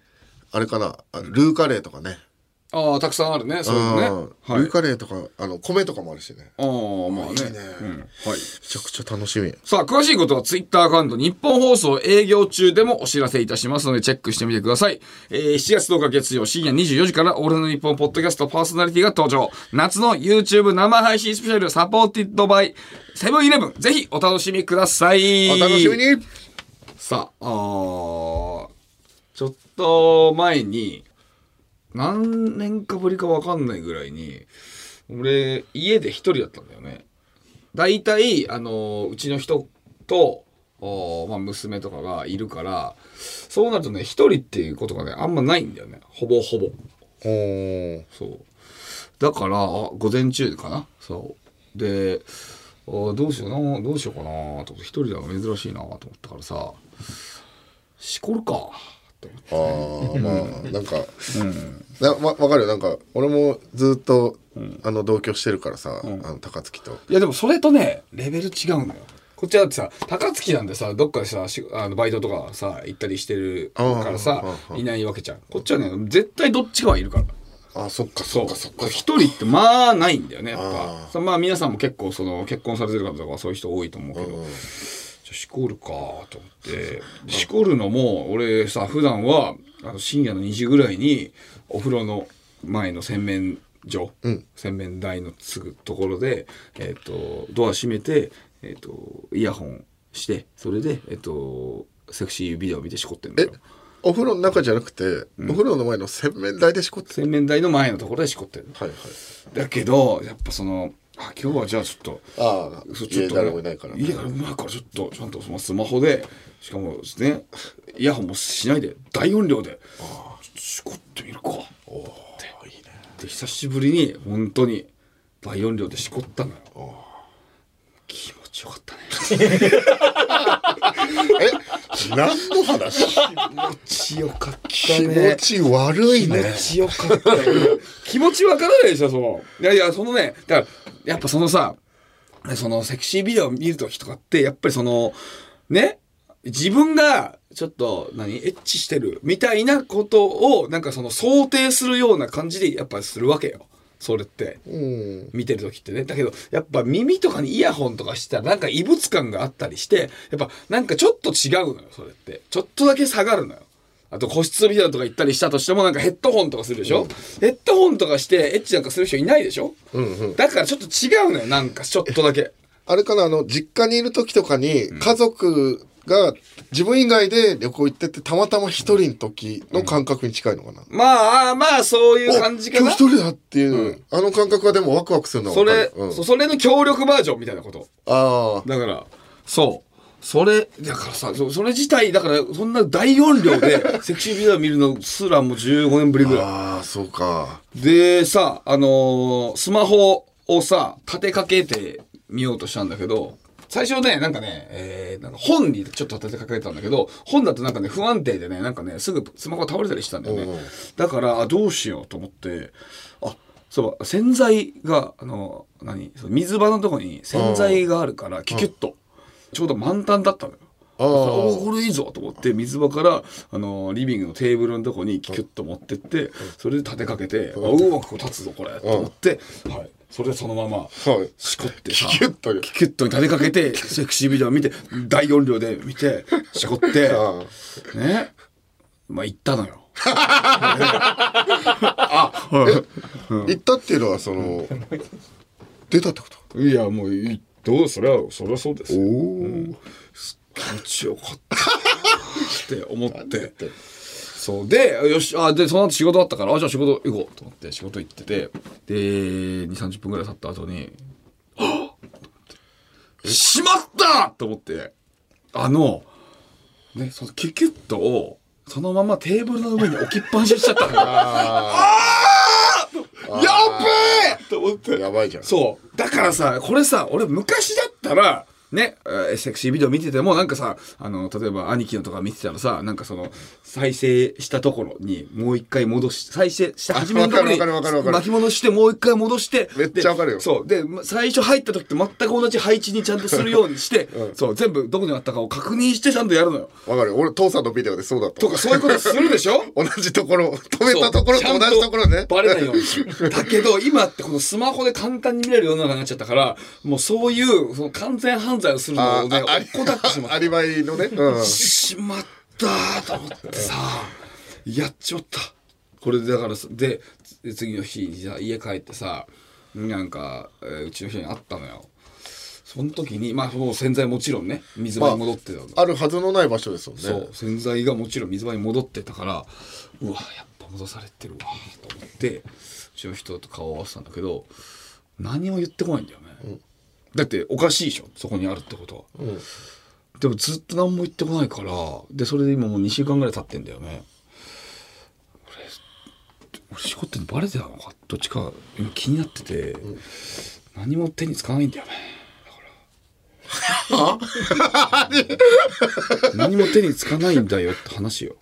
S3: あれかなあルーカレーとかね
S2: ああ、たくさんあるね。そういうのね。
S3: うん
S2: はい
S3: ルー。カレーとかあの米とかもあるしねめ
S2: ああ、まあね。
S3: いいね
S2: うん。はい。
S3: ちゃくちゃ楽しみ
S2: さあ、詳しいことはツイッターアカウント日本放送営業中でもお知らせいたしますのでチェックしてみてください。えー、7月10日月曜深夜24時から俺の日本ポッドキャストパーソナリティが登場。夏の YouTube 生配信スペシャルサポーティッドバイセブンイレブン。ぜひお楽しみください。
S3: お楽しみに
S2: さあ、あーちょっと前に、何年かぶりかわかんないぐらいに、俺、家で一人だったんだよね。大体、あの、うちの人と、おーまあ、娘とかがいるから、そうなるとね、一人っていうことがね、あんまないんだよね。ほぼほぼ。
S3: おー
S2: そう。だからあ午前中かなそうであどうしようなどうしようかなと思って一人だから珍しいなと思ったからさしこるかと思って
S3: あーまあなんか、なわわかるよなんか俺もずっと、あの同居してるからさ、あの高槻と
S2: いやでもそれとねレベル違うのよこっちだってさ高槻なんでさどっかでさしあのバイトとかさ行ったりしてるからさいないわけじゃんこっちはね絶対どっちかはいるから
S3: あそっかそ
S2: そう
S3: っか
S2: か
S3: そ
S2: そ
S3: っ
S2: っ
S3: か
S2: か一人ってまあないんだよねやっ
S3: あ
S2: ぱそうまあ皆さんも結構その結婚されてる方とかはそういう人多いと思うけど、じゃあしこるかと思ってしこるのも俺さ普段はあの深夜の2時ぐらいにお風呂の前の洗面所、洗面台のすぐところで、えっとドア閉めて、えっとイヤホンしてそれで、えっとセクシービデオ見てしこってんだ
S3: え
S2: よ
S3: お風呂の中じゃなくて、お風呂の前の洗面台でしこって
S2: 洗面台の前のところでしこってる
S3: はいはい
S2: だけどやっぱそのあ今日はじゃあちょっと
S3: ああ
S2: そうちょ
S3: 家
S2: っと
S3: 誰もいないから
S2: 家誰もいないからちょっとちゃんとそのスマホでしかもですねイヤホンもしないで大音量でちょっとしこってみるかで久しぶりに本当に大音量でしこったのよ気持ちよかったね
S3: え何の話
S2: 気持ちよかったね
S3: [LAUGHS] 気持ち悪い
S2: 気
S3: ね
S2: 持ちよかったよ気持ちわからないでしょそのいやいやそのねだからやっぱそのさそのセクシービデオ見る時とかってやっぱりそのね自分がちょっと何エッチしてるみたいなことをなんかその想定するような感じでやっぱりするわけよそれって、見てる時ってねだけどやっぱ耳とかにイヤホンとかしてたらなんか異物感があったりしてやっぱなんかちょっと違うのよそれってちょっとだけ下がるのよあと個室ビデオとか行ったりしたとしてもなんかヘッドホンとかするでしょ、ヘッドホンとかしてエッチなんかする人いないでしょ、だからちょっと違うのよなんかちょっとだけ
S3: あれかなあの実家にいる時とかに家族が自分以外で旅行行っててたまたま一人の時の感覚に近いのかな、
S2: まあまあそういう感じか
S3: 今
S2: な
S3: 日一人だっていう、あの感覚はでもワクワクするのは
S2: そ
S3: わか
S2: れ
S3: る、うん
S2: そそれの協力バージョンみたいなこと
S3: あ
S2: だからそうそれだからさそそれ自体だからそんな大音量でセクシービデオ見るのすらもう15年ぶりぐ
S3: あ
S2: ら
S3: ああそうか
S2: いでさあのースマホをさ立てかけてみようとしたんだけど最初ねなんかね、えーなんか本にちょっと立てかけたんだけど本だとなんかね不安定でねなんかねすぐスマホが倒れたりしたんだよねだからあどうしようと思ってあそう洗剤があの何その水場のとこに洗剤があるからキュキュッとちょうど満タンだったのよ。
S3: ああ
S2: だからおこれいいぞと思って水場からあのリビングのテーブルのとこにキュッと持ってってそれで立てかけてあうまく立つぞこれと思って、はい、それでそのまま
S3: はい
S2: しこってさ
S3: キュッとよ
S2: キュッとに立てかけてセクシービデオ見て大音量で見てしこって
S3: あ
S2: ねまあ行ったの [LAUGHS] よ。
S3: 行ったっていうのはその出たってこと
S2: いやもういいどうそれはそれはそうですよ
S3: おお、
S2: 気持ちよかったって思 [LAUGHS] ってそうでよしあでその後仕事あったからあじゃあ仕事行こうと思って仕事行っててで2 3 0分ぐらい経った後に「はっ!」しまった!」と思ってあのねそのキュキュットをそのままテーブルの上に置きっぱなしにしちゃ [LAUGHS] ったのあーやっべーと思って
S3: やばいじゃん
S2: そう。だからさ、これさ、俺昔だったら、ね、えーセクシービデオ見てても、なんかさ、あの、例えば兄貴のとか見てたらさ、なんかその、再生したところにもう一回戻し、再生した初めのところに、
S3: わかるわかるわかるわかる
S2: 巻き戻してもう一回戻して、
S3: めっちゃわかるよ
S2: でそう。で、ま最初入った時と全く同じ配置にちゃんとするようにして、そう、全部どこにあったかを確認してちゃんとやるのよ。
S3: わかる俺父さんのビデオでそうだった
S2: とか、そういうことするでしょ
S3: 同じところ [LAUGHS] 止めたところと同じところ
S2: ちゃ
S3: ね
S2: んバレないようにするだけど、今ってこのスマホで簡単に見れる世の中になっちゃったから、もうそういう、その完全犯罪をするの
S3: あ
S2: を
S3: ー
S2: ね、
S3: ああり
S2: こだってしまっ
S3: アリバイのね、 [LAUGHS] うん
S2: た。しまったーと思ってさ、やっちまった。これでだからさ、で、つ次の日にさ、家帰ってさ、なんか、えーうちの人に会ったのよ。その時に、まあ、もう洗剤もちろんね、水場に戻ってたの。
S3: あるはずのない場所ですもんね
S2: そう洗剤がもちろん水場に戻ってたからうわやっぱ戻されてるわと思ってうちの人と顔を合わせたんだけど何も言ってこないんだよね、だっておかしいでしょそこにあるってことは、でもずっと何も言ってこないからでそれで今もう2週間ぐらい経ってんだよね俺俺しこってんのバレてたのかどっちか今気になってて、何も手につかないんだよねだから何も手につかないんだよって話よ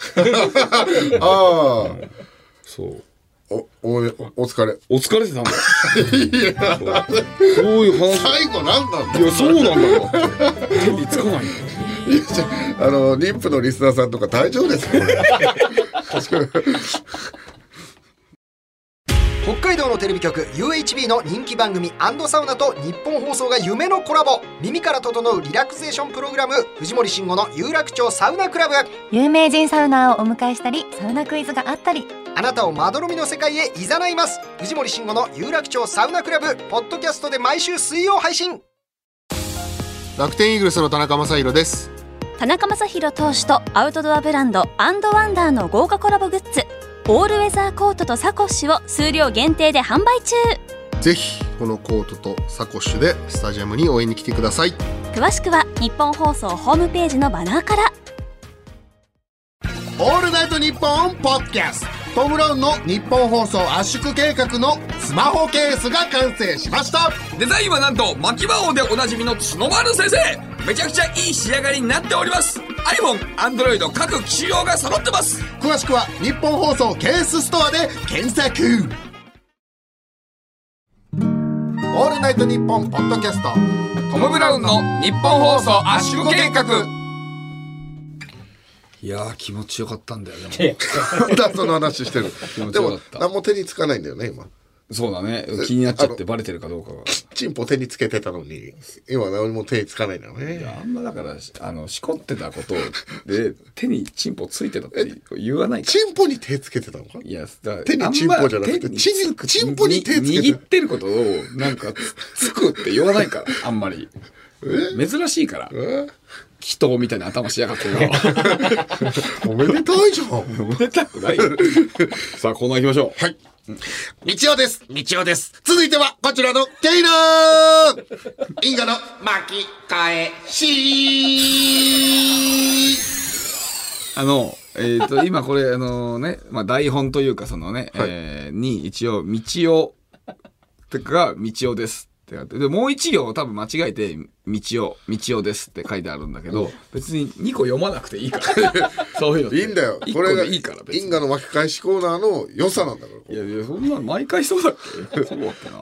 S3: ああ
S2: そう
S3: おおお疲れ
S2: お疲れて [LAUGHS] たんだよそうそういう話
S3: 最後何なんだ
S2: いやそうなんだよ手につかないんだよ
S3: いやちょあの妊婦のリスナーさんとか大丈夫ですかこれ
S6: 北海道のテレビ局 UHB の人気番組サウナと日本放送が夢のコラボ耳から整うリラクゼーションプログラム藤森慎吾の有楽町サウナクラブ
S7: 有名人サウナーをお迎えしたりサウナクイズがあったり
S6: あなたをまどろみの世界へいざないます藤森慎吾の有楽町サウナクラブポッドキャストで毎週水曜配信
S1: 楽天イーグルスの田中将大です
S7: 田中将大投手とアウトドアブランドアンドワンダーの豪華コラボグッズオールウェザーコートとサコッシュを数量限定で販売中
S1: ぜひこのコートとサコッシュでスタジアムに応援に来てください
S7: 詳しくは日本放送ホームページのバナーから
S1: オールナイトニッポンポッドキャストトム・ブラウンの日本放送圧縮計画のスマホケースが完成しました
S5: デザインはなんと巻き魔王でおなじみの角丸先生めちゃくちゃいい仕上がりになっております iPhone、Android 各機種用が揃ってます
S1: 詳しくは日本放送ケースストアで検索オールナイトニッポンポッドキャスト
S5: トム・ブラウンの日本放送圧縮計画
S2: いやー気持ちよかったんだよね
S3: なん [LAUGHS] だその話してる
S2: 持ち
S3: で
S2: よか
S3: も
S2: った
S3: 何も手につかないんだよね今
S2: そうだね気になっちゃってバレてるかどうかが
S3: チンポ手につけてたのに今何も手につかないんだよね
S2: あんまだからあのしこってたことで手にチンポついてたって言わないから
S3: チンポに手つけてたのか
S2: いやだから
S3: 手にチンポじ
S2: あ
S3: ゃなくて
S2: んま手に
S3: チン
S2: つく
S3: チンポに手つけて
S2: に握ってることをなんかつつくって言わないからあんまり珍しいから祈祷みたいな頭しやがってな
S3: おめでたいじゃん
S2: おめでたくないよ [LAUGHS] さあコーナー行きましょうはい
S3: 日曜です日曜です続いてはこちらのケイナー因果の巻き返し
S2: あのえっ、と今これあのね、まあ、台本というかそのね、えーに一応「道を」とか「道をです」ってあってでもう一行多分間違えて「道を」「道をです」って書いてあるんだけど別に2個読まなくていいから [LAUGHS] そういうのって
S3: いいんだよ
S2: 一
S3: こ
S2: 個
S3: れが
S2: でいいから別
S3: 因
S2: に
S3: 果の巻き返しコーナーの良さなんだから
S2: いやいや、そんなの毎回そうだっけ [LAUGHS] そうだっけな。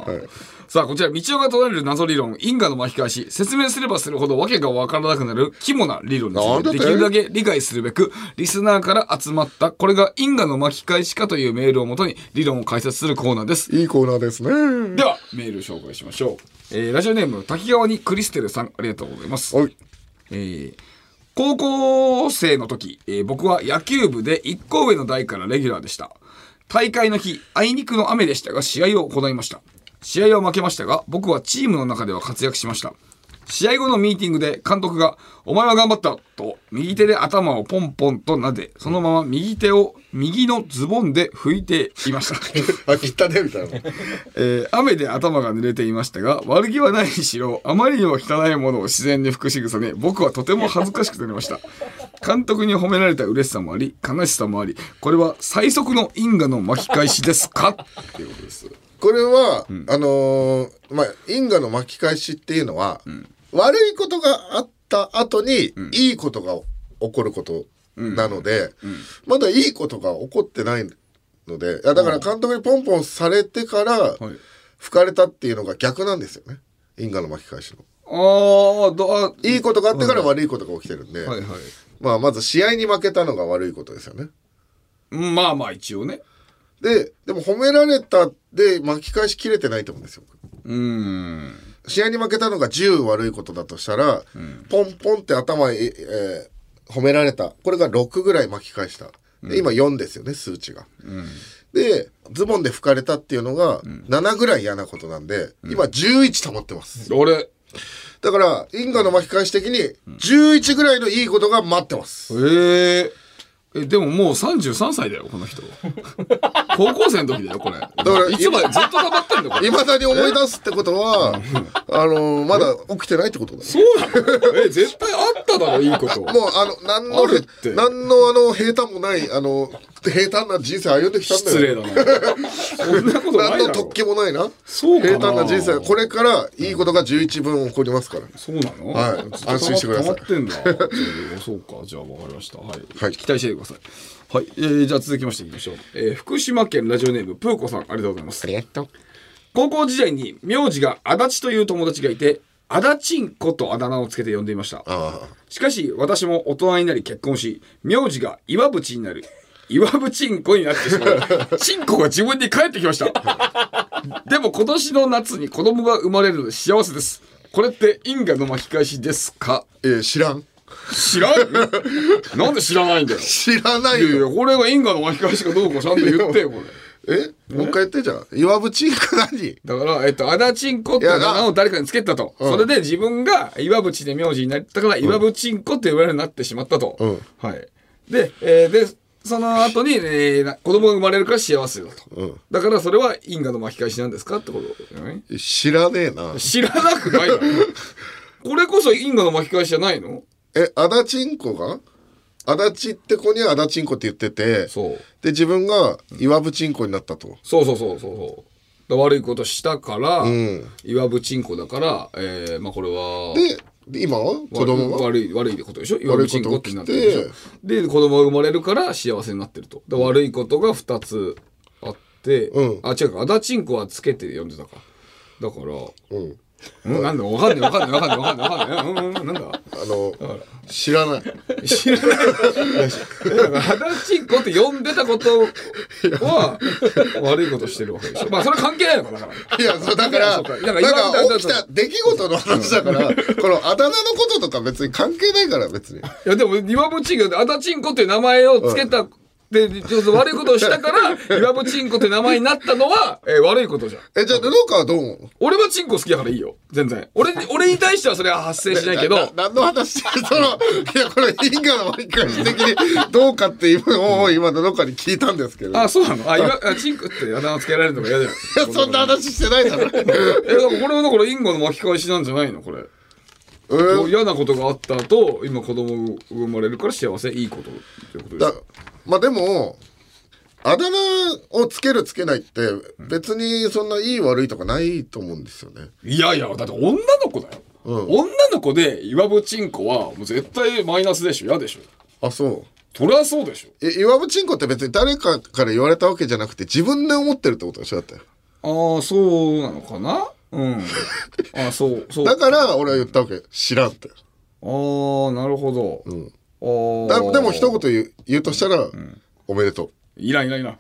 S2: さあ、こちら、道夫が唱える謎理論、因果の巻き返し、説明すればするほど訳がわからなくなる肝な理論につ
S3: なん
S2: い
S3: だ
S2: て、
S3: って
S2: できるだけ理解するべく、リスナーから集まった、これが因果の巻き返しかというメールをもとに、理論を解説するコーナーです。
S3: いいコーナーですね
S2: では、メール紹介しましょう。えーラジオネーム、滝川にクリステルさん、ありがとうございます。
S3: はい [LAUGHS]
S2: えー高校生の時、えー僕は野球部で1校上の代からレギュラーでした。大会の日、あいにくの雨でしたが試合を行いました。試合は負けましたが、僕はチームの中では活躍しました。試合後のミーティングで監督が、お前は頑張ったと、右手で頭をポンポンと撫で、そのまま右手を右のズボンで拭いていました。
S3: あ切ったねみたいな
S2: えー雨で頭が濡れていましたが悪気はないにしろあまりにも汚いものを自然に拭く仕草に僕はとても恥ずかしくなりました監督に褒められた嬉しさもあり悲しさもありこれは最速の因果の巻き返しですかっていうことです
S3: これは、あのーまあ因果の巻き返しっていうのは、悪いことがあった後に、いいことが起こることなので、まだいいことが起こってないのでいやだから監督にポンポンされてから、
S2: はい
S3: 吹かれたっていうのが逆なんですよね因果の巻き返しの。
S2: ああどあ
S3: いいことがあってから悪いことが起きてるんで、
S2: はいはい
S3: まあ、まず試合に負けたのが悪いことですよね。
S2: まあまあ一応ね
S3: ででも褒められたで巻き返しきれてないと思うんですよ。
S2: うーん
S3: 試合に負けたのが10悪いことだとしたら、ポンポンって頭へ、えー褒められたこれが6ぐらい巻き返した、で今4ですよね数値が、でズボンで拭かれたっていうのが7ぐらい嫌なことなんで、今11溜まってます
S2: 俺
S3: だから因果の巻き返し的に11ぐらいのいいことが待ってます、
S2: [LAUGHS] えーえでももう33歳だよこの人高校生の時だよこれだからいつまでずっと黙ってんだよこれ
S3: いまだに思い出すってことは、あの、まだ起きてないってことだね。
S2: そうなの [LAUGHS] え絶対あっただろいいこと
S3: もう、あの、なんの
S2: あるって、
S3: なんの、あの、平坦もない、あの、平坦な人生歩んできたんだよ。
S2: 失礼だなそんなことな
S3: 何
S2: いだ
S3: の
S2: ろ
S3: 突起もないな。
S2: そうかな
S3: 平坦な人生。これからいいことが11分起こりますから。
S2: そうなの、
S3: はい
S2: ずっと
S3: 安心してください
S2: 溜まってんだ。そうか、じゃあわかりました。はい。
S3: はい
S2: 期待しててください。はい、えー、じゃあ続きましていきましょう。えー、福島県ラジオネーム、プーコさん、ありがとうございます。高校時代に名字が足立という友達がいて、足立んことあだ名をつけて呼んでいました。
S3: あ
S2: しかし、私も大人になり結婚し、名字が岩淵になる。岩淵んこになってしまう。チンコが自分に帰ってきました。でも今年の夏に子供が生まれるので幸せです。これって因果の巻き返しですか
S3: あ。え、知らん。
S2: 知らんなんで知らないんだよ。
S3: 知らない
S2: い
S3: よ。
S2: やいや、これが因果の巻き返しかどうかちゃんと言ってよ、これ。
S3: えもう一回言ってじゃん。岩淵が何
S2: だから、えっと、アダチンコってあだ名を誰かにつけたと。
S3: ん
S2: それで自分が岩淵で名字になったから、岩淵んこって呼ばれるようになってしまったと。
S3: うん
S2: はい。で、えーで、その後に、えーな子供が生まれるから幸せだと。
S3: うん
S2: だからそれは因果の巻き返しなんですかってことだよね。
S3: 知らねえな。
S2: 知らなく
S3: [LAUGHS]
S2: ないだろ。これこそ因果の巻き返しじゃないの
S3: え、足立んこが足立って子には足立んこって言ってて、
S2: そう。
S3: で、自分が岩淵んこになったと。
S2: そうそうそうそうそう。だ悪いことしたから、
S3: ん
S2: 岩ぶちんこだから、えー、まあこれは。
S3: で、で今は子供は
S2: 悪い悪いことでしょ岩ぶちんこってなってるでし
S3: 悪い
S2: ょ
S3: こと
S2: で子供が生まれるから幸せになってるとだ悪いことが2つあって、
S3: うん
S2: あ違うかあだちんこはつけて呼んでたかだから、
S3: うん。
S2: うん、なんだわかんないわかんないわかんないわかんないわかんないうんうんうんなんだ
S3: あの、知らない。
S2: 知らない。だから、はだちんこって呼んでたことは、悪いことしてるわけでしょ。まあ、それは関係ないのかな、だから。
S3: いや、そうだから、な
S2: そ
S3: ん
S2: うか
S3: か
S2: だから今
S3: 起きた出来事の話だから、このあだ名のこととか別に関係ないから、別に。
S2: いや、でも、岩ぶちんこ、あだちんこっていう名前をつけた、で、ちょっと悪いことをした [LAUGHS] から、岩ぶちんこって名前になったのは、えー悪いことじゃん。
S3: え、じゃあ、布川はどう思う
S2: 俺はチンコ好きだからいいよ。全然。俺
S3: [LAUGHS]
S2: に、俺に対してはそれは発生しないけど、
S3: な何の話 [LAUGHS] その、いや、これ、因果の折り返し的に [LAUGHS] どうかっていうのを今、布川に聞いたんですけど。い
S2: あ、そうなのあ、岩、あチンコってあだ名つけられるのが嫌だよ。
S3: や、 [LAUGHS] そんな話してないだろ。
S2: え、だからこれはだから因果の巻き返しなんじゃないのこれ。
S3: [LAUGHS] えー
S2: もう嫌なことがあった後今子供が生まれるから幸せいいことということです
S3: だ
S2: か
S3: まあでもあだ名をつけるつけないって別にそんないい悪いとかないと思うんですよね。
S2: いやいやだって女の子だよ、
S3: うん
S2: 女の子で岩ぶちんこはもう絶対マイナスでしょ嫌でしょ
S3: あそう。
S2: そりゃそうでしょ
S3: え岩渕んこって別に誰かから言われたわけじゃなくて自分で思ってるってことでしょだって。
S2: ああそうなのかな
S3: [LAUGHS]
S2: うんああそうそう
S3: だから俺は言ったわけ知らんって。
S2: ああなるほど、うん、あ
S3: だ
S2: あ
S3: でも一言言う言うとしたら、おめでと
S2: いらんいらんいらん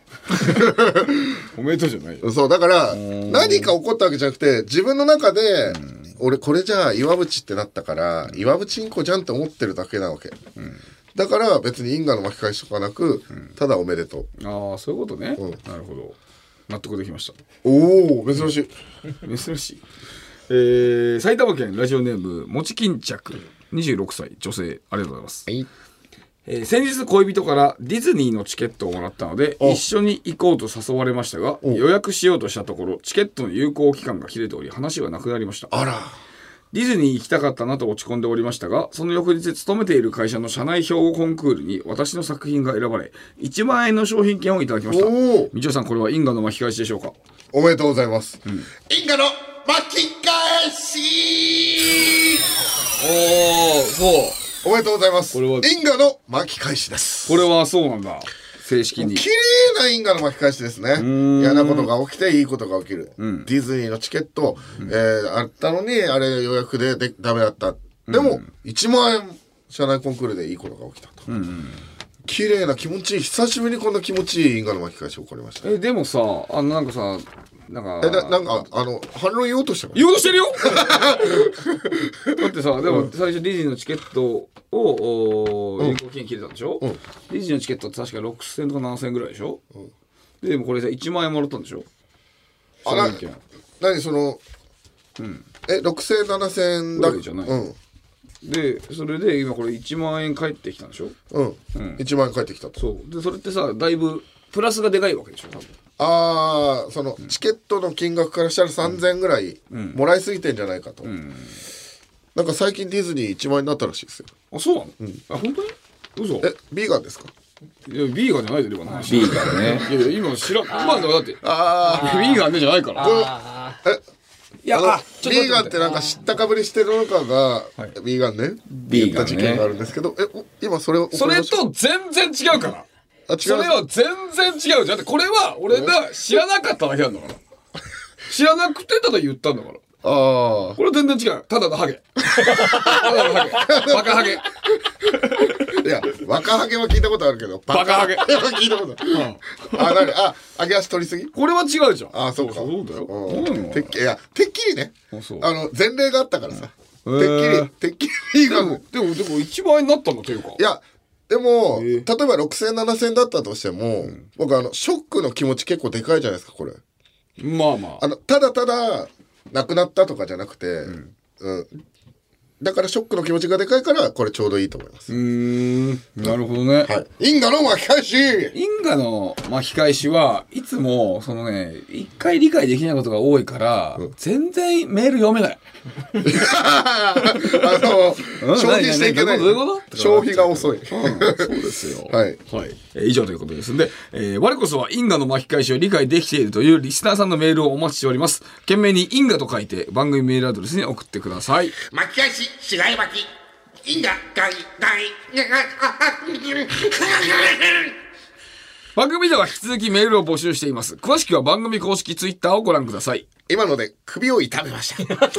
S2: おめでとうじゃないよ
S3: う。そうだから何か起こったわけじゃなくて自分の中で、俺これじゃあ岩渕ってなったから、岩渕んこじゃんって思ってるだけなわけ。だから別に因果の巻き返しとかなく、ただおめでとう。
S2: ああそういうことね、
S3: ん
S2: なるほど納得できました
S3: おお珍しい
S2: 珍しい、えー埼玉県ラジオネームもち巾着26歳女性ありがとうございます、
S3: い
S2: えー先日恋人からディズニーのチケットをもらったので一緒に行こうと誘われましたが予約しようとしたところチケットの有効期間が切れており話はなくなりました
S3: あら
S2: ディズニー行きたかったなと落ち込んでおりましたが、その翌日勤めている会社の社内表コンクールに私の作品が選ばれ、1万円の商品券をいただきました。
S3: おー
S2: みちおさん、これは因果の巻き返しでしょうか
S3: おめでとうございます、因果の巻き返し
S2: おー、そう。
S3: おめでとうございます
S2: これは
S3: 因果の巻き返しです
S2: これはそうなんだ正式に
S3: 綺麗な因果の巻き返しですね嫌なことが起きていいことが起きる、ディズニーのチケット、えーあったのにあれ予約ででダメだったでも、1万円社内コンクールでいいことが起きたと、綺麗な気持ちいい久しぶりにこんな気持ちいい因果の巻き返し起こりましたね
S2: えでもさあのなんかさなんか
S3: えななんかあの反論言おうとしたから
S2: 言おうとして
S3: [LAUGHS]
S2: るよだってさでも最初ディズニーのチケットをおー有効期限切れたんでしょ、ディズニーのチケットって確か6000円とか7000円ぐらいでしょ、ででもこれさ1万円もらったんでしょ
S3: あら
S2: 商品券
S3: 何その、え6000円7000円
S2: ぐらいじゃない
S3: うん
S2: でそれで今これ1万円返ってきたんでしょ
S3: うん、1万円返ってきたと
S2: そうでそれってさだいぶプラスがでかいわけでしょ多分
S3: ああそのチケットの金額からしたら3000円ぐらいもらいすぎてんじゃないかと、なんか最近ディズニー1万円になったらしいですよ
S2: あそうなの、あ本当に嘘
S3: えビーガンですか
S2: いやビーガンじゃないで今の話
S8: ビーガンね
S2: [LAUGHS] いやいや今知らん今のだってああビーガンねじゃないから
S8: いや
S3: あの
S8: あちょっと待
S3: ビ
S8: って
S3: ーガンってなんか知ったかぶりしてるのかが、ビーガンね
S8: ビーガンね
S3: 言った事件があるんですけどえお今それを
S2: それと全然違うから
S3: あ違う
S2: それは全然違うじゃんだってこれは俺が知らなかっただけなんだから知らなくてただ言ったんだから
S3: ああ
S2: これ全然違うただのハゲただのハゲバカハゲ
S3: いや若ハゲは聞いたことあるけど
S2: バカハゲ
S3: 聞いたことある、あなんかあ揚げ足取りすぎ
S2: これは違うじゃん
S3: あそうか
S2: そうだよ
S3: うん
S2: そうなの
S3: てっきいやてっきりね
S2: あそう
S3: あの前例があったからさ、
S2: うんへー
S3: てっきりてっきりビー
S2: で
S3: ガ
S2: も
S3: ン
S2: でもでも一番になったのというか
S3: いやでも、例えば60007000だったとしても、僕あのショックの気持ち結構でかいじゃないですかこれ
S2: まあまあ
S3: あのただただ亡くなったとかじゃなくて、うんだからショックの気持ちがでかいからこれちょうどいいと思います、
S2: うーんなるほどね、
S3: はい因果の巻き返し
S8: 因果の巻き返しはいつもそのね一回理解できないことが多いから、全然メール読めない
S3: [LAUGHS] あの消費していけない
S8: どういうこと
S3: 消費が遅い、
S2: そうですよ
S3: はい
S2: はい、えー以上ということですんで、えー我こそは因果の巻き返しを理解できているというリスナーさんのメールをお待ちしております。懸命に因果と書いて番組メールアドレスに送ってください。
S9: 巻き返し、しがい巻き。因果、がい、がい、がい、
S2: 番組では引き続きメールを募集しています。詳しくは番組公式ツイッターをご覧ください。
S3: 今ので首を痛めました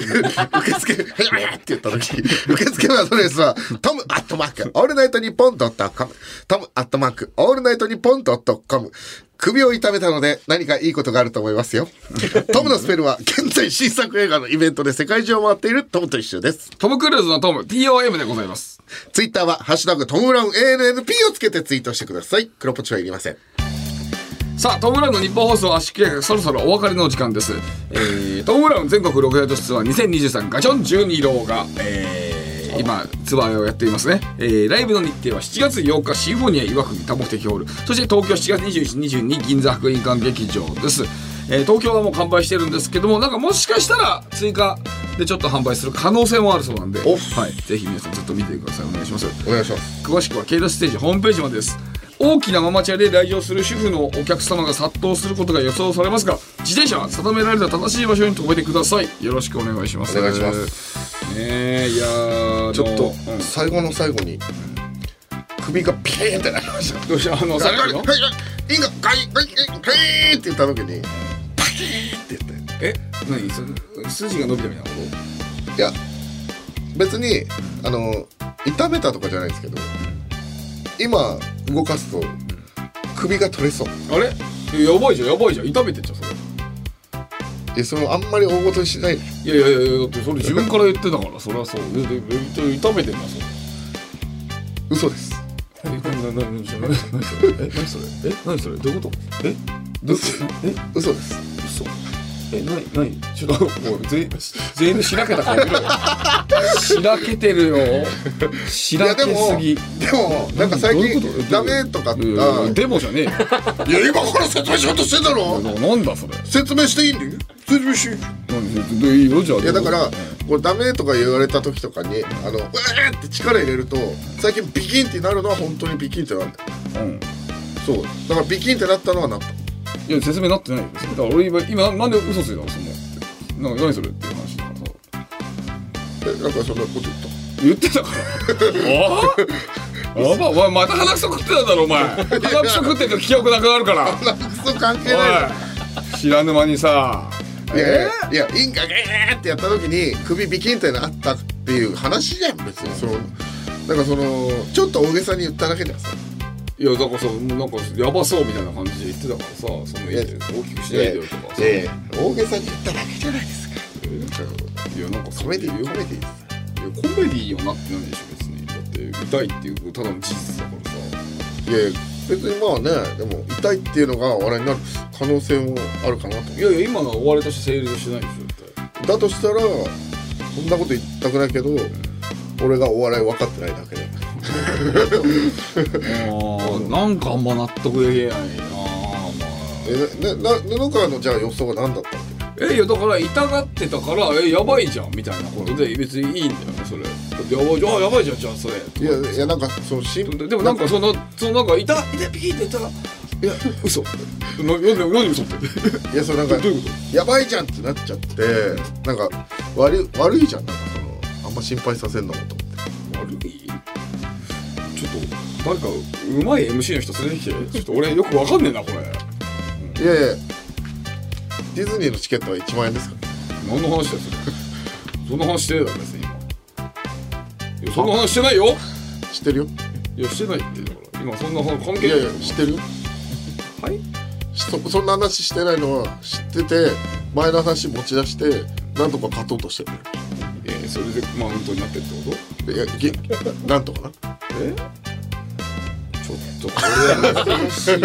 S3: [LAUGHS] 受付へやへやって言った時受付のアドレスはトムアットマークオールナイトニッポンドットコムトムアットマークオールナイトニッポンドットコム首を痛めたので何かいいことがあると思います
S8: [LAUGHS]
S3: よトムのスペルは現在新作映画のイベントで世界中を回っているトムと一緒です
S2: トム・クルーズのトム、TOM でございます。
S3: ツイッターはハッシュタグトムブラウン ANNP をつけてツイートしてください黒ポチはいりません
S2: さあ、トム・ブラウンの日本放送圧縮計画、そろそろお別れのお時間です。えー、トム・ブラウン全国ロケットツアー2023ガチョン12郎が、えー、今、ツアーをやっていますね。えー、ライブの日程は7月8日、シンフォニア岩国多目的ホール、そして東京7月21、22、銀座博品館劇場です。えー、東京はもう完売してるんですけども、なんかもしかしたら追加でちょっと販売する可能性もあるそうなんで、はい、ぜひ皆さんずっと見てください。お願いします。
S3: お願いします
S2: 詳しくはケイダステージホームページまでです大きなママチャリで来場する主婦のお客様が殺到することが予想されますが自転車は定められた正しい場所に止めてくださいよろしくお願いします
S3: お願いします
S2: ねえいや
S3: ちょっと
S2: うん
S3: 最後の最後に首がピーンってなりました
S2: どうしたあの下がるの
S3: はいはいいいかガイガイガイって言った時にパキーンって言っ
S2: え
S3: て
S2: 何す筋が伸びたみたいなこと
S3: いや別にあの痛めたとかじゃないですけど今動かすと首が取れそう
S2: あれいややばいじゃんやばいじゃん痛めてっちゃうそれ
S3: いやそれをあんまり大ごとにしない
S2: いやいやいやだってそれ自分から言ってたからそれはそうででで痛めてんだそれ
S3: 嘘です
S2: え何何何それえ何それえ何それどういうことえ
S3: 嘘
S2: え
S3: 嘘です
S2: 嘘え、なに、なに、 [LAUGHS] ちょっと、もう、ぜ、全員しらけた顔見ろ
S3: [LAUGHS]
S2: よ。しらけてるよ。し
S3: いや
S2: らけ
S3: ですも
S2: ぎ。
S3: でもなんか最
S2: どういうこ
S3: 近
S2: と
S3: ダメとかあ
S2: うん
S3: い
S2: デモじゃねえよ。
S3: や今から説明しようとしてんだろ
S2: なんだそれ。
S3: 説明していいんだよ説明していい
S2: なんで、いいよ、じゃあ。
S3: いやだからこうダメとか言われた時とかにあのうわーって力入れると最近ビキンってなるのは本当にビキンってなる
S2: うん。
S3: そうだからビキンってなったのはなった
S2: いや、説明なってないよ。だから、俺、今、今、なんで嘘ついたの、その。な、なにそれっていう話だからさ。
S3: えなんかそんなこと言った [LAUGHS]
S2: 言ってたから。ああ。やば、お前、また鼻くそ食ってたんだろ、お前。鼻くそ食ってると記憶なくなるから。
S3: クソ関係な
S2: おい。知らぬ間にさ。
S3: いいやいやいやインカゲーってやった時に首ビキンってなったっていう話じゃん別にそのなんかそのちょっと大げさに言っただけじゃんさ
S2: いやだからさもうなんかやばそうみたいな感じで言ってたからさその
S3: いや
S2: 大きくしないでよとかさ、
S3: いやいや大げさに言っただけじゃないですか
S2: いやなんか
S3: コメディ
S2: い
S3: コ
S2: や
S3: メディです
S2: コメディよなってないでしょ別にだって痛いっていうただの事実だからさ
S3: いやいや別にまあねでも痛いっていうのが笑いになる可能性もあるかなと
S2: いやいや今のは終わりとして成立してないでしょ絶対
S3: だとしたらそんなこと言いたくないけど俺がお笑い分かってないだけで
S2: あーなんかあんま納得できないなあまあ
S3: えなな布川のじゃあ予想は何だったの
S2: えいやだから痛がってたからえやばいじゃんみたいなことで別にいいんだよねそれだってやばいじゃんあやばいじゃんじゃあそれ
S3: いやいやなんかその新
S2: ででもなんかそのそのなんか痛痛ピーって言ったらいや嘘ななんで何嘘って
S3: いやそうなんか
S2: どういうこ
S3: やばいじゃんってなっちゃってなんか悪い悪いじゃんなんかそのあんま心配させんのもと思って
S2: と悪いちょっと誰かうまい MC の人連れてきてちょっと俺よくわかんねえなこれ
S3: いやいやディズニーのチケットは1万円ですか
S2: 何の話だよそれそんな話してないだろ別に今いやそんな話してないよ
S3: ら知ってるよ
S2: いやしてないってだから今そんな関係ない
S3: いやいや知ってるよ
S2: はい
S3: そそんな話してないのは知ってて前の話持ち出してなんとか勝とうとして
S2: えーそれでマウントになってるってこと
S3: るいやげなんとかな
S2: ちょっとこれ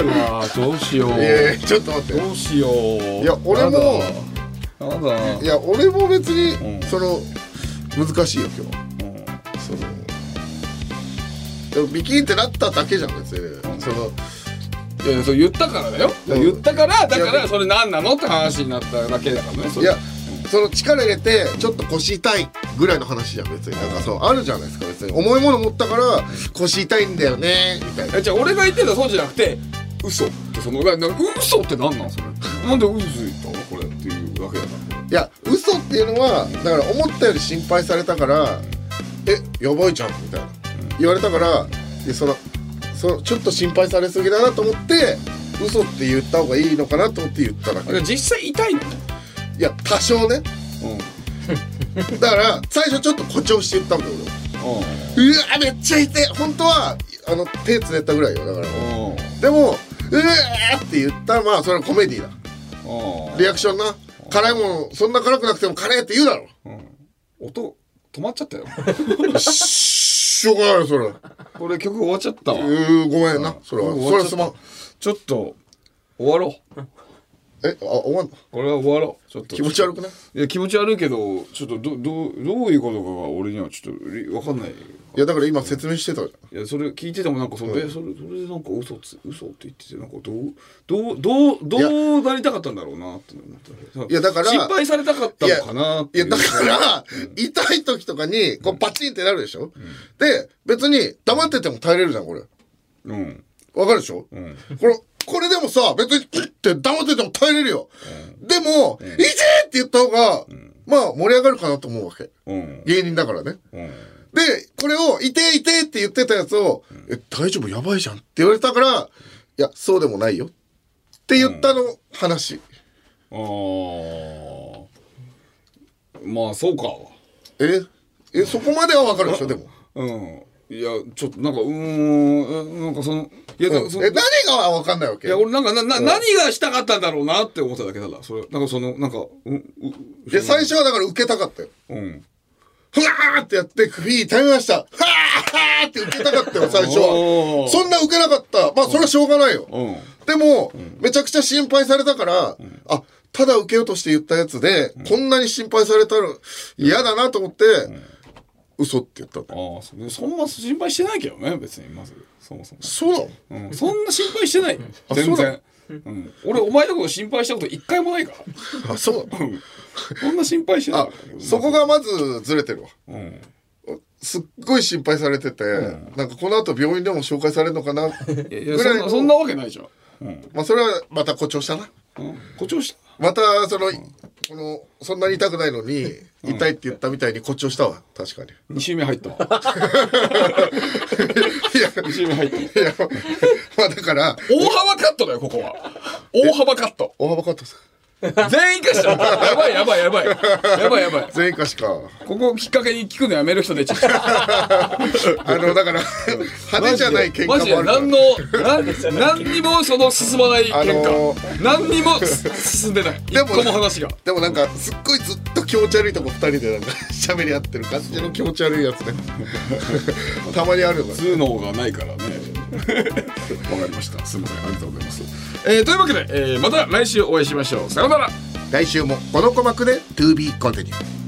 S2: はどうしようどうしよう
S3: いやいやちょっと待って
S2: どうしようい
S3: いや俺
S2: や
S3: も
S2: だやだ
S3: いや俺も別に、
S2: うん
S3: その難しいよ今日はそのでもビキンってなっただけじゃん別に、その
S2: いやいやそう言ったからだよ、
S3: うん
S2: 言ったからだか
S3: いや
S2: らそれ何なのって話になっただけだからねそ
S3: い
S2: れ
S3: や、その力入れてちょっと腰痛いぐらいの話じゃん別になんかそうあるじゃないですか別に重いもの持ったから腰痛いんだよねみたいな
S2: えじゃあ俺が言ってるのはそうじゃなくて嘘ってそのなな嘘って何なんそれなんで嘘言ったのこれっていうわけだから
S3: いや嘘っていうのはだから思ったより心配されたから「えやばいじゃん」みたいな言われたからでそのそのちょっと心配されすぎだなと思って嘘って言った方がいいのかなと思って言っただけ
S2: あれ実際痛いのね
S3: いや多少ねだから最初ちょっと誇張して言ったんだよ俺はうわめっちゃ痛い本当はあの手つねったぐらいよだ
S2: う
S3: から
S2: んうん
S3: でもうわーって言ったらまあそれはコメディだ
S2: うん
S3: リアクションな辛いものそんな辛くなくても辛いって言うだろ
S2: 音止まっちゃったよ [LAUGHS]
S3: しょうがないよそれは
S2: これ曲終わっちゃったわ
S3: うーごめんなそれは
S2: うん
S3: それはすまん
S2: ちょっと終わろう
S3: えあ終わんの
S2: これは終わろうちょっと
S3: 気持ち悪くない
S2: いや気持ち悪いけどちょっとどどうどういうことかが俺にはちょっとりわかんない
S3: いやだから今説明してたじゃん
S2: いやそれ聞いててもなんかその、えそれそれでなんか嘘つ嘘って言っててなんかどうどうどうどうなりたかったんだろうなって思った
S3: いやだから
S2: 失敗されたかったのかなって
S3: いやだから、 [LAUGHS] 痛い時とかにこうパチンってなるでしょ、で別に黙ってても耐えれるじゃんこれ
S2: うん
S3: わかるでしょ、
S2: ん
S3: これこれでもさ別に「うっ」て黙ってても耐えれるよ、でも「いじー!」って言った方が、まあ盛り上がるかなと思うわけ
S2: うん
S3: 芸人だからね
S2: うん
S3: でこれを「いていて」って言ってたやつを「え大丈夫やばいじゃん」って言われたから「いやそうでもないよ」って言ったの話、
S2: あーまあそうか
S3: ええそこまではわかるでしょでも、
S2: うんいやちょっとなんかうーんなんかそのいや、だからその
S3: え何がわかんないわけ
S2: いや俺なんかなな何がしたかったんだろうなって思っただけだなそれなんかそのなんかうんう
S3: いや最初はだから受けたかったよ
S2: うん
S3: ふわーってやって、首痛めました。はーはーって受けたかったよ、最初
S2: お
S3: は。
S2: ー
S3: そんな受けなかった。まあ、それはしょうがないよ。
S2: うん
S3: でも、めちゃくちゃ心配されたから、あ、ただ受けようとして言ったやつで、こんなに心配されたら嫌だなと思って、嘘って言ったんだよ。
S2: ああそそんな心配してないけどね別にまずそもそも
S3: そうなの
S2: うんそんな心配してないよ全
S3: そうなの
S2: 然、うん、俺お前のこと心配したこと一回もないから
S3: あ、そう
S2: [LAUGHS]
S3: なの
S2: うんそんな心配してない
S3: あ、そこがまずずれてるわ。
S2: うん
S3: すっごい心配されてて、なんかこの後病院でも紹介される
S2: [LAUGHS]
S3: のかな。
S2: いやいや
S3: ぐ
S2: そ
S3: ら
S2: ん
S3: いの
S2: なそんなわけないじゃん、
S3: まあ、それはまた誇張したな。
S2: うん、誇張した
S3: またその、このそんなに痛くないのに痛いって言ったみたいに誇張したわ
S2: [LAUGHS]
S3: 確かに
S2: 2周目入ったわ
S3: いや
S2: 二周目入った
S3: いやまあだから
S2: 大幅カットだよここは大幅カット
S3: 大幅カットです
S2: 全員化したやばいやばいやばいやばいやばい
S3: 全員かしか
S2: ここをきっかけに聞くのやめる人出ちゃった
S3: あのだから派手じゃない喧嘩もあ
S2: マジで
S3: るから
S2: 何の何何にもその進まない喧嘩、
S3: あのー
S2: 何にも進んでない
S3: でも
S2: 一個も話が
S3: でもなんかすっごいずっと気持ち悪いとこ二人でなんか喋り合ってる感じの気持ち悪いや
S2: [LAUGHS]
S3: つねたまにあるよね
S2: 頭脳がない [LAUGHS] からねわかりましたすみませんありがとうございます、えーというわけで、えーまた来週お会いしましょうさようなら
S3: 来週もこの鼓膜で TOBE コンティニュー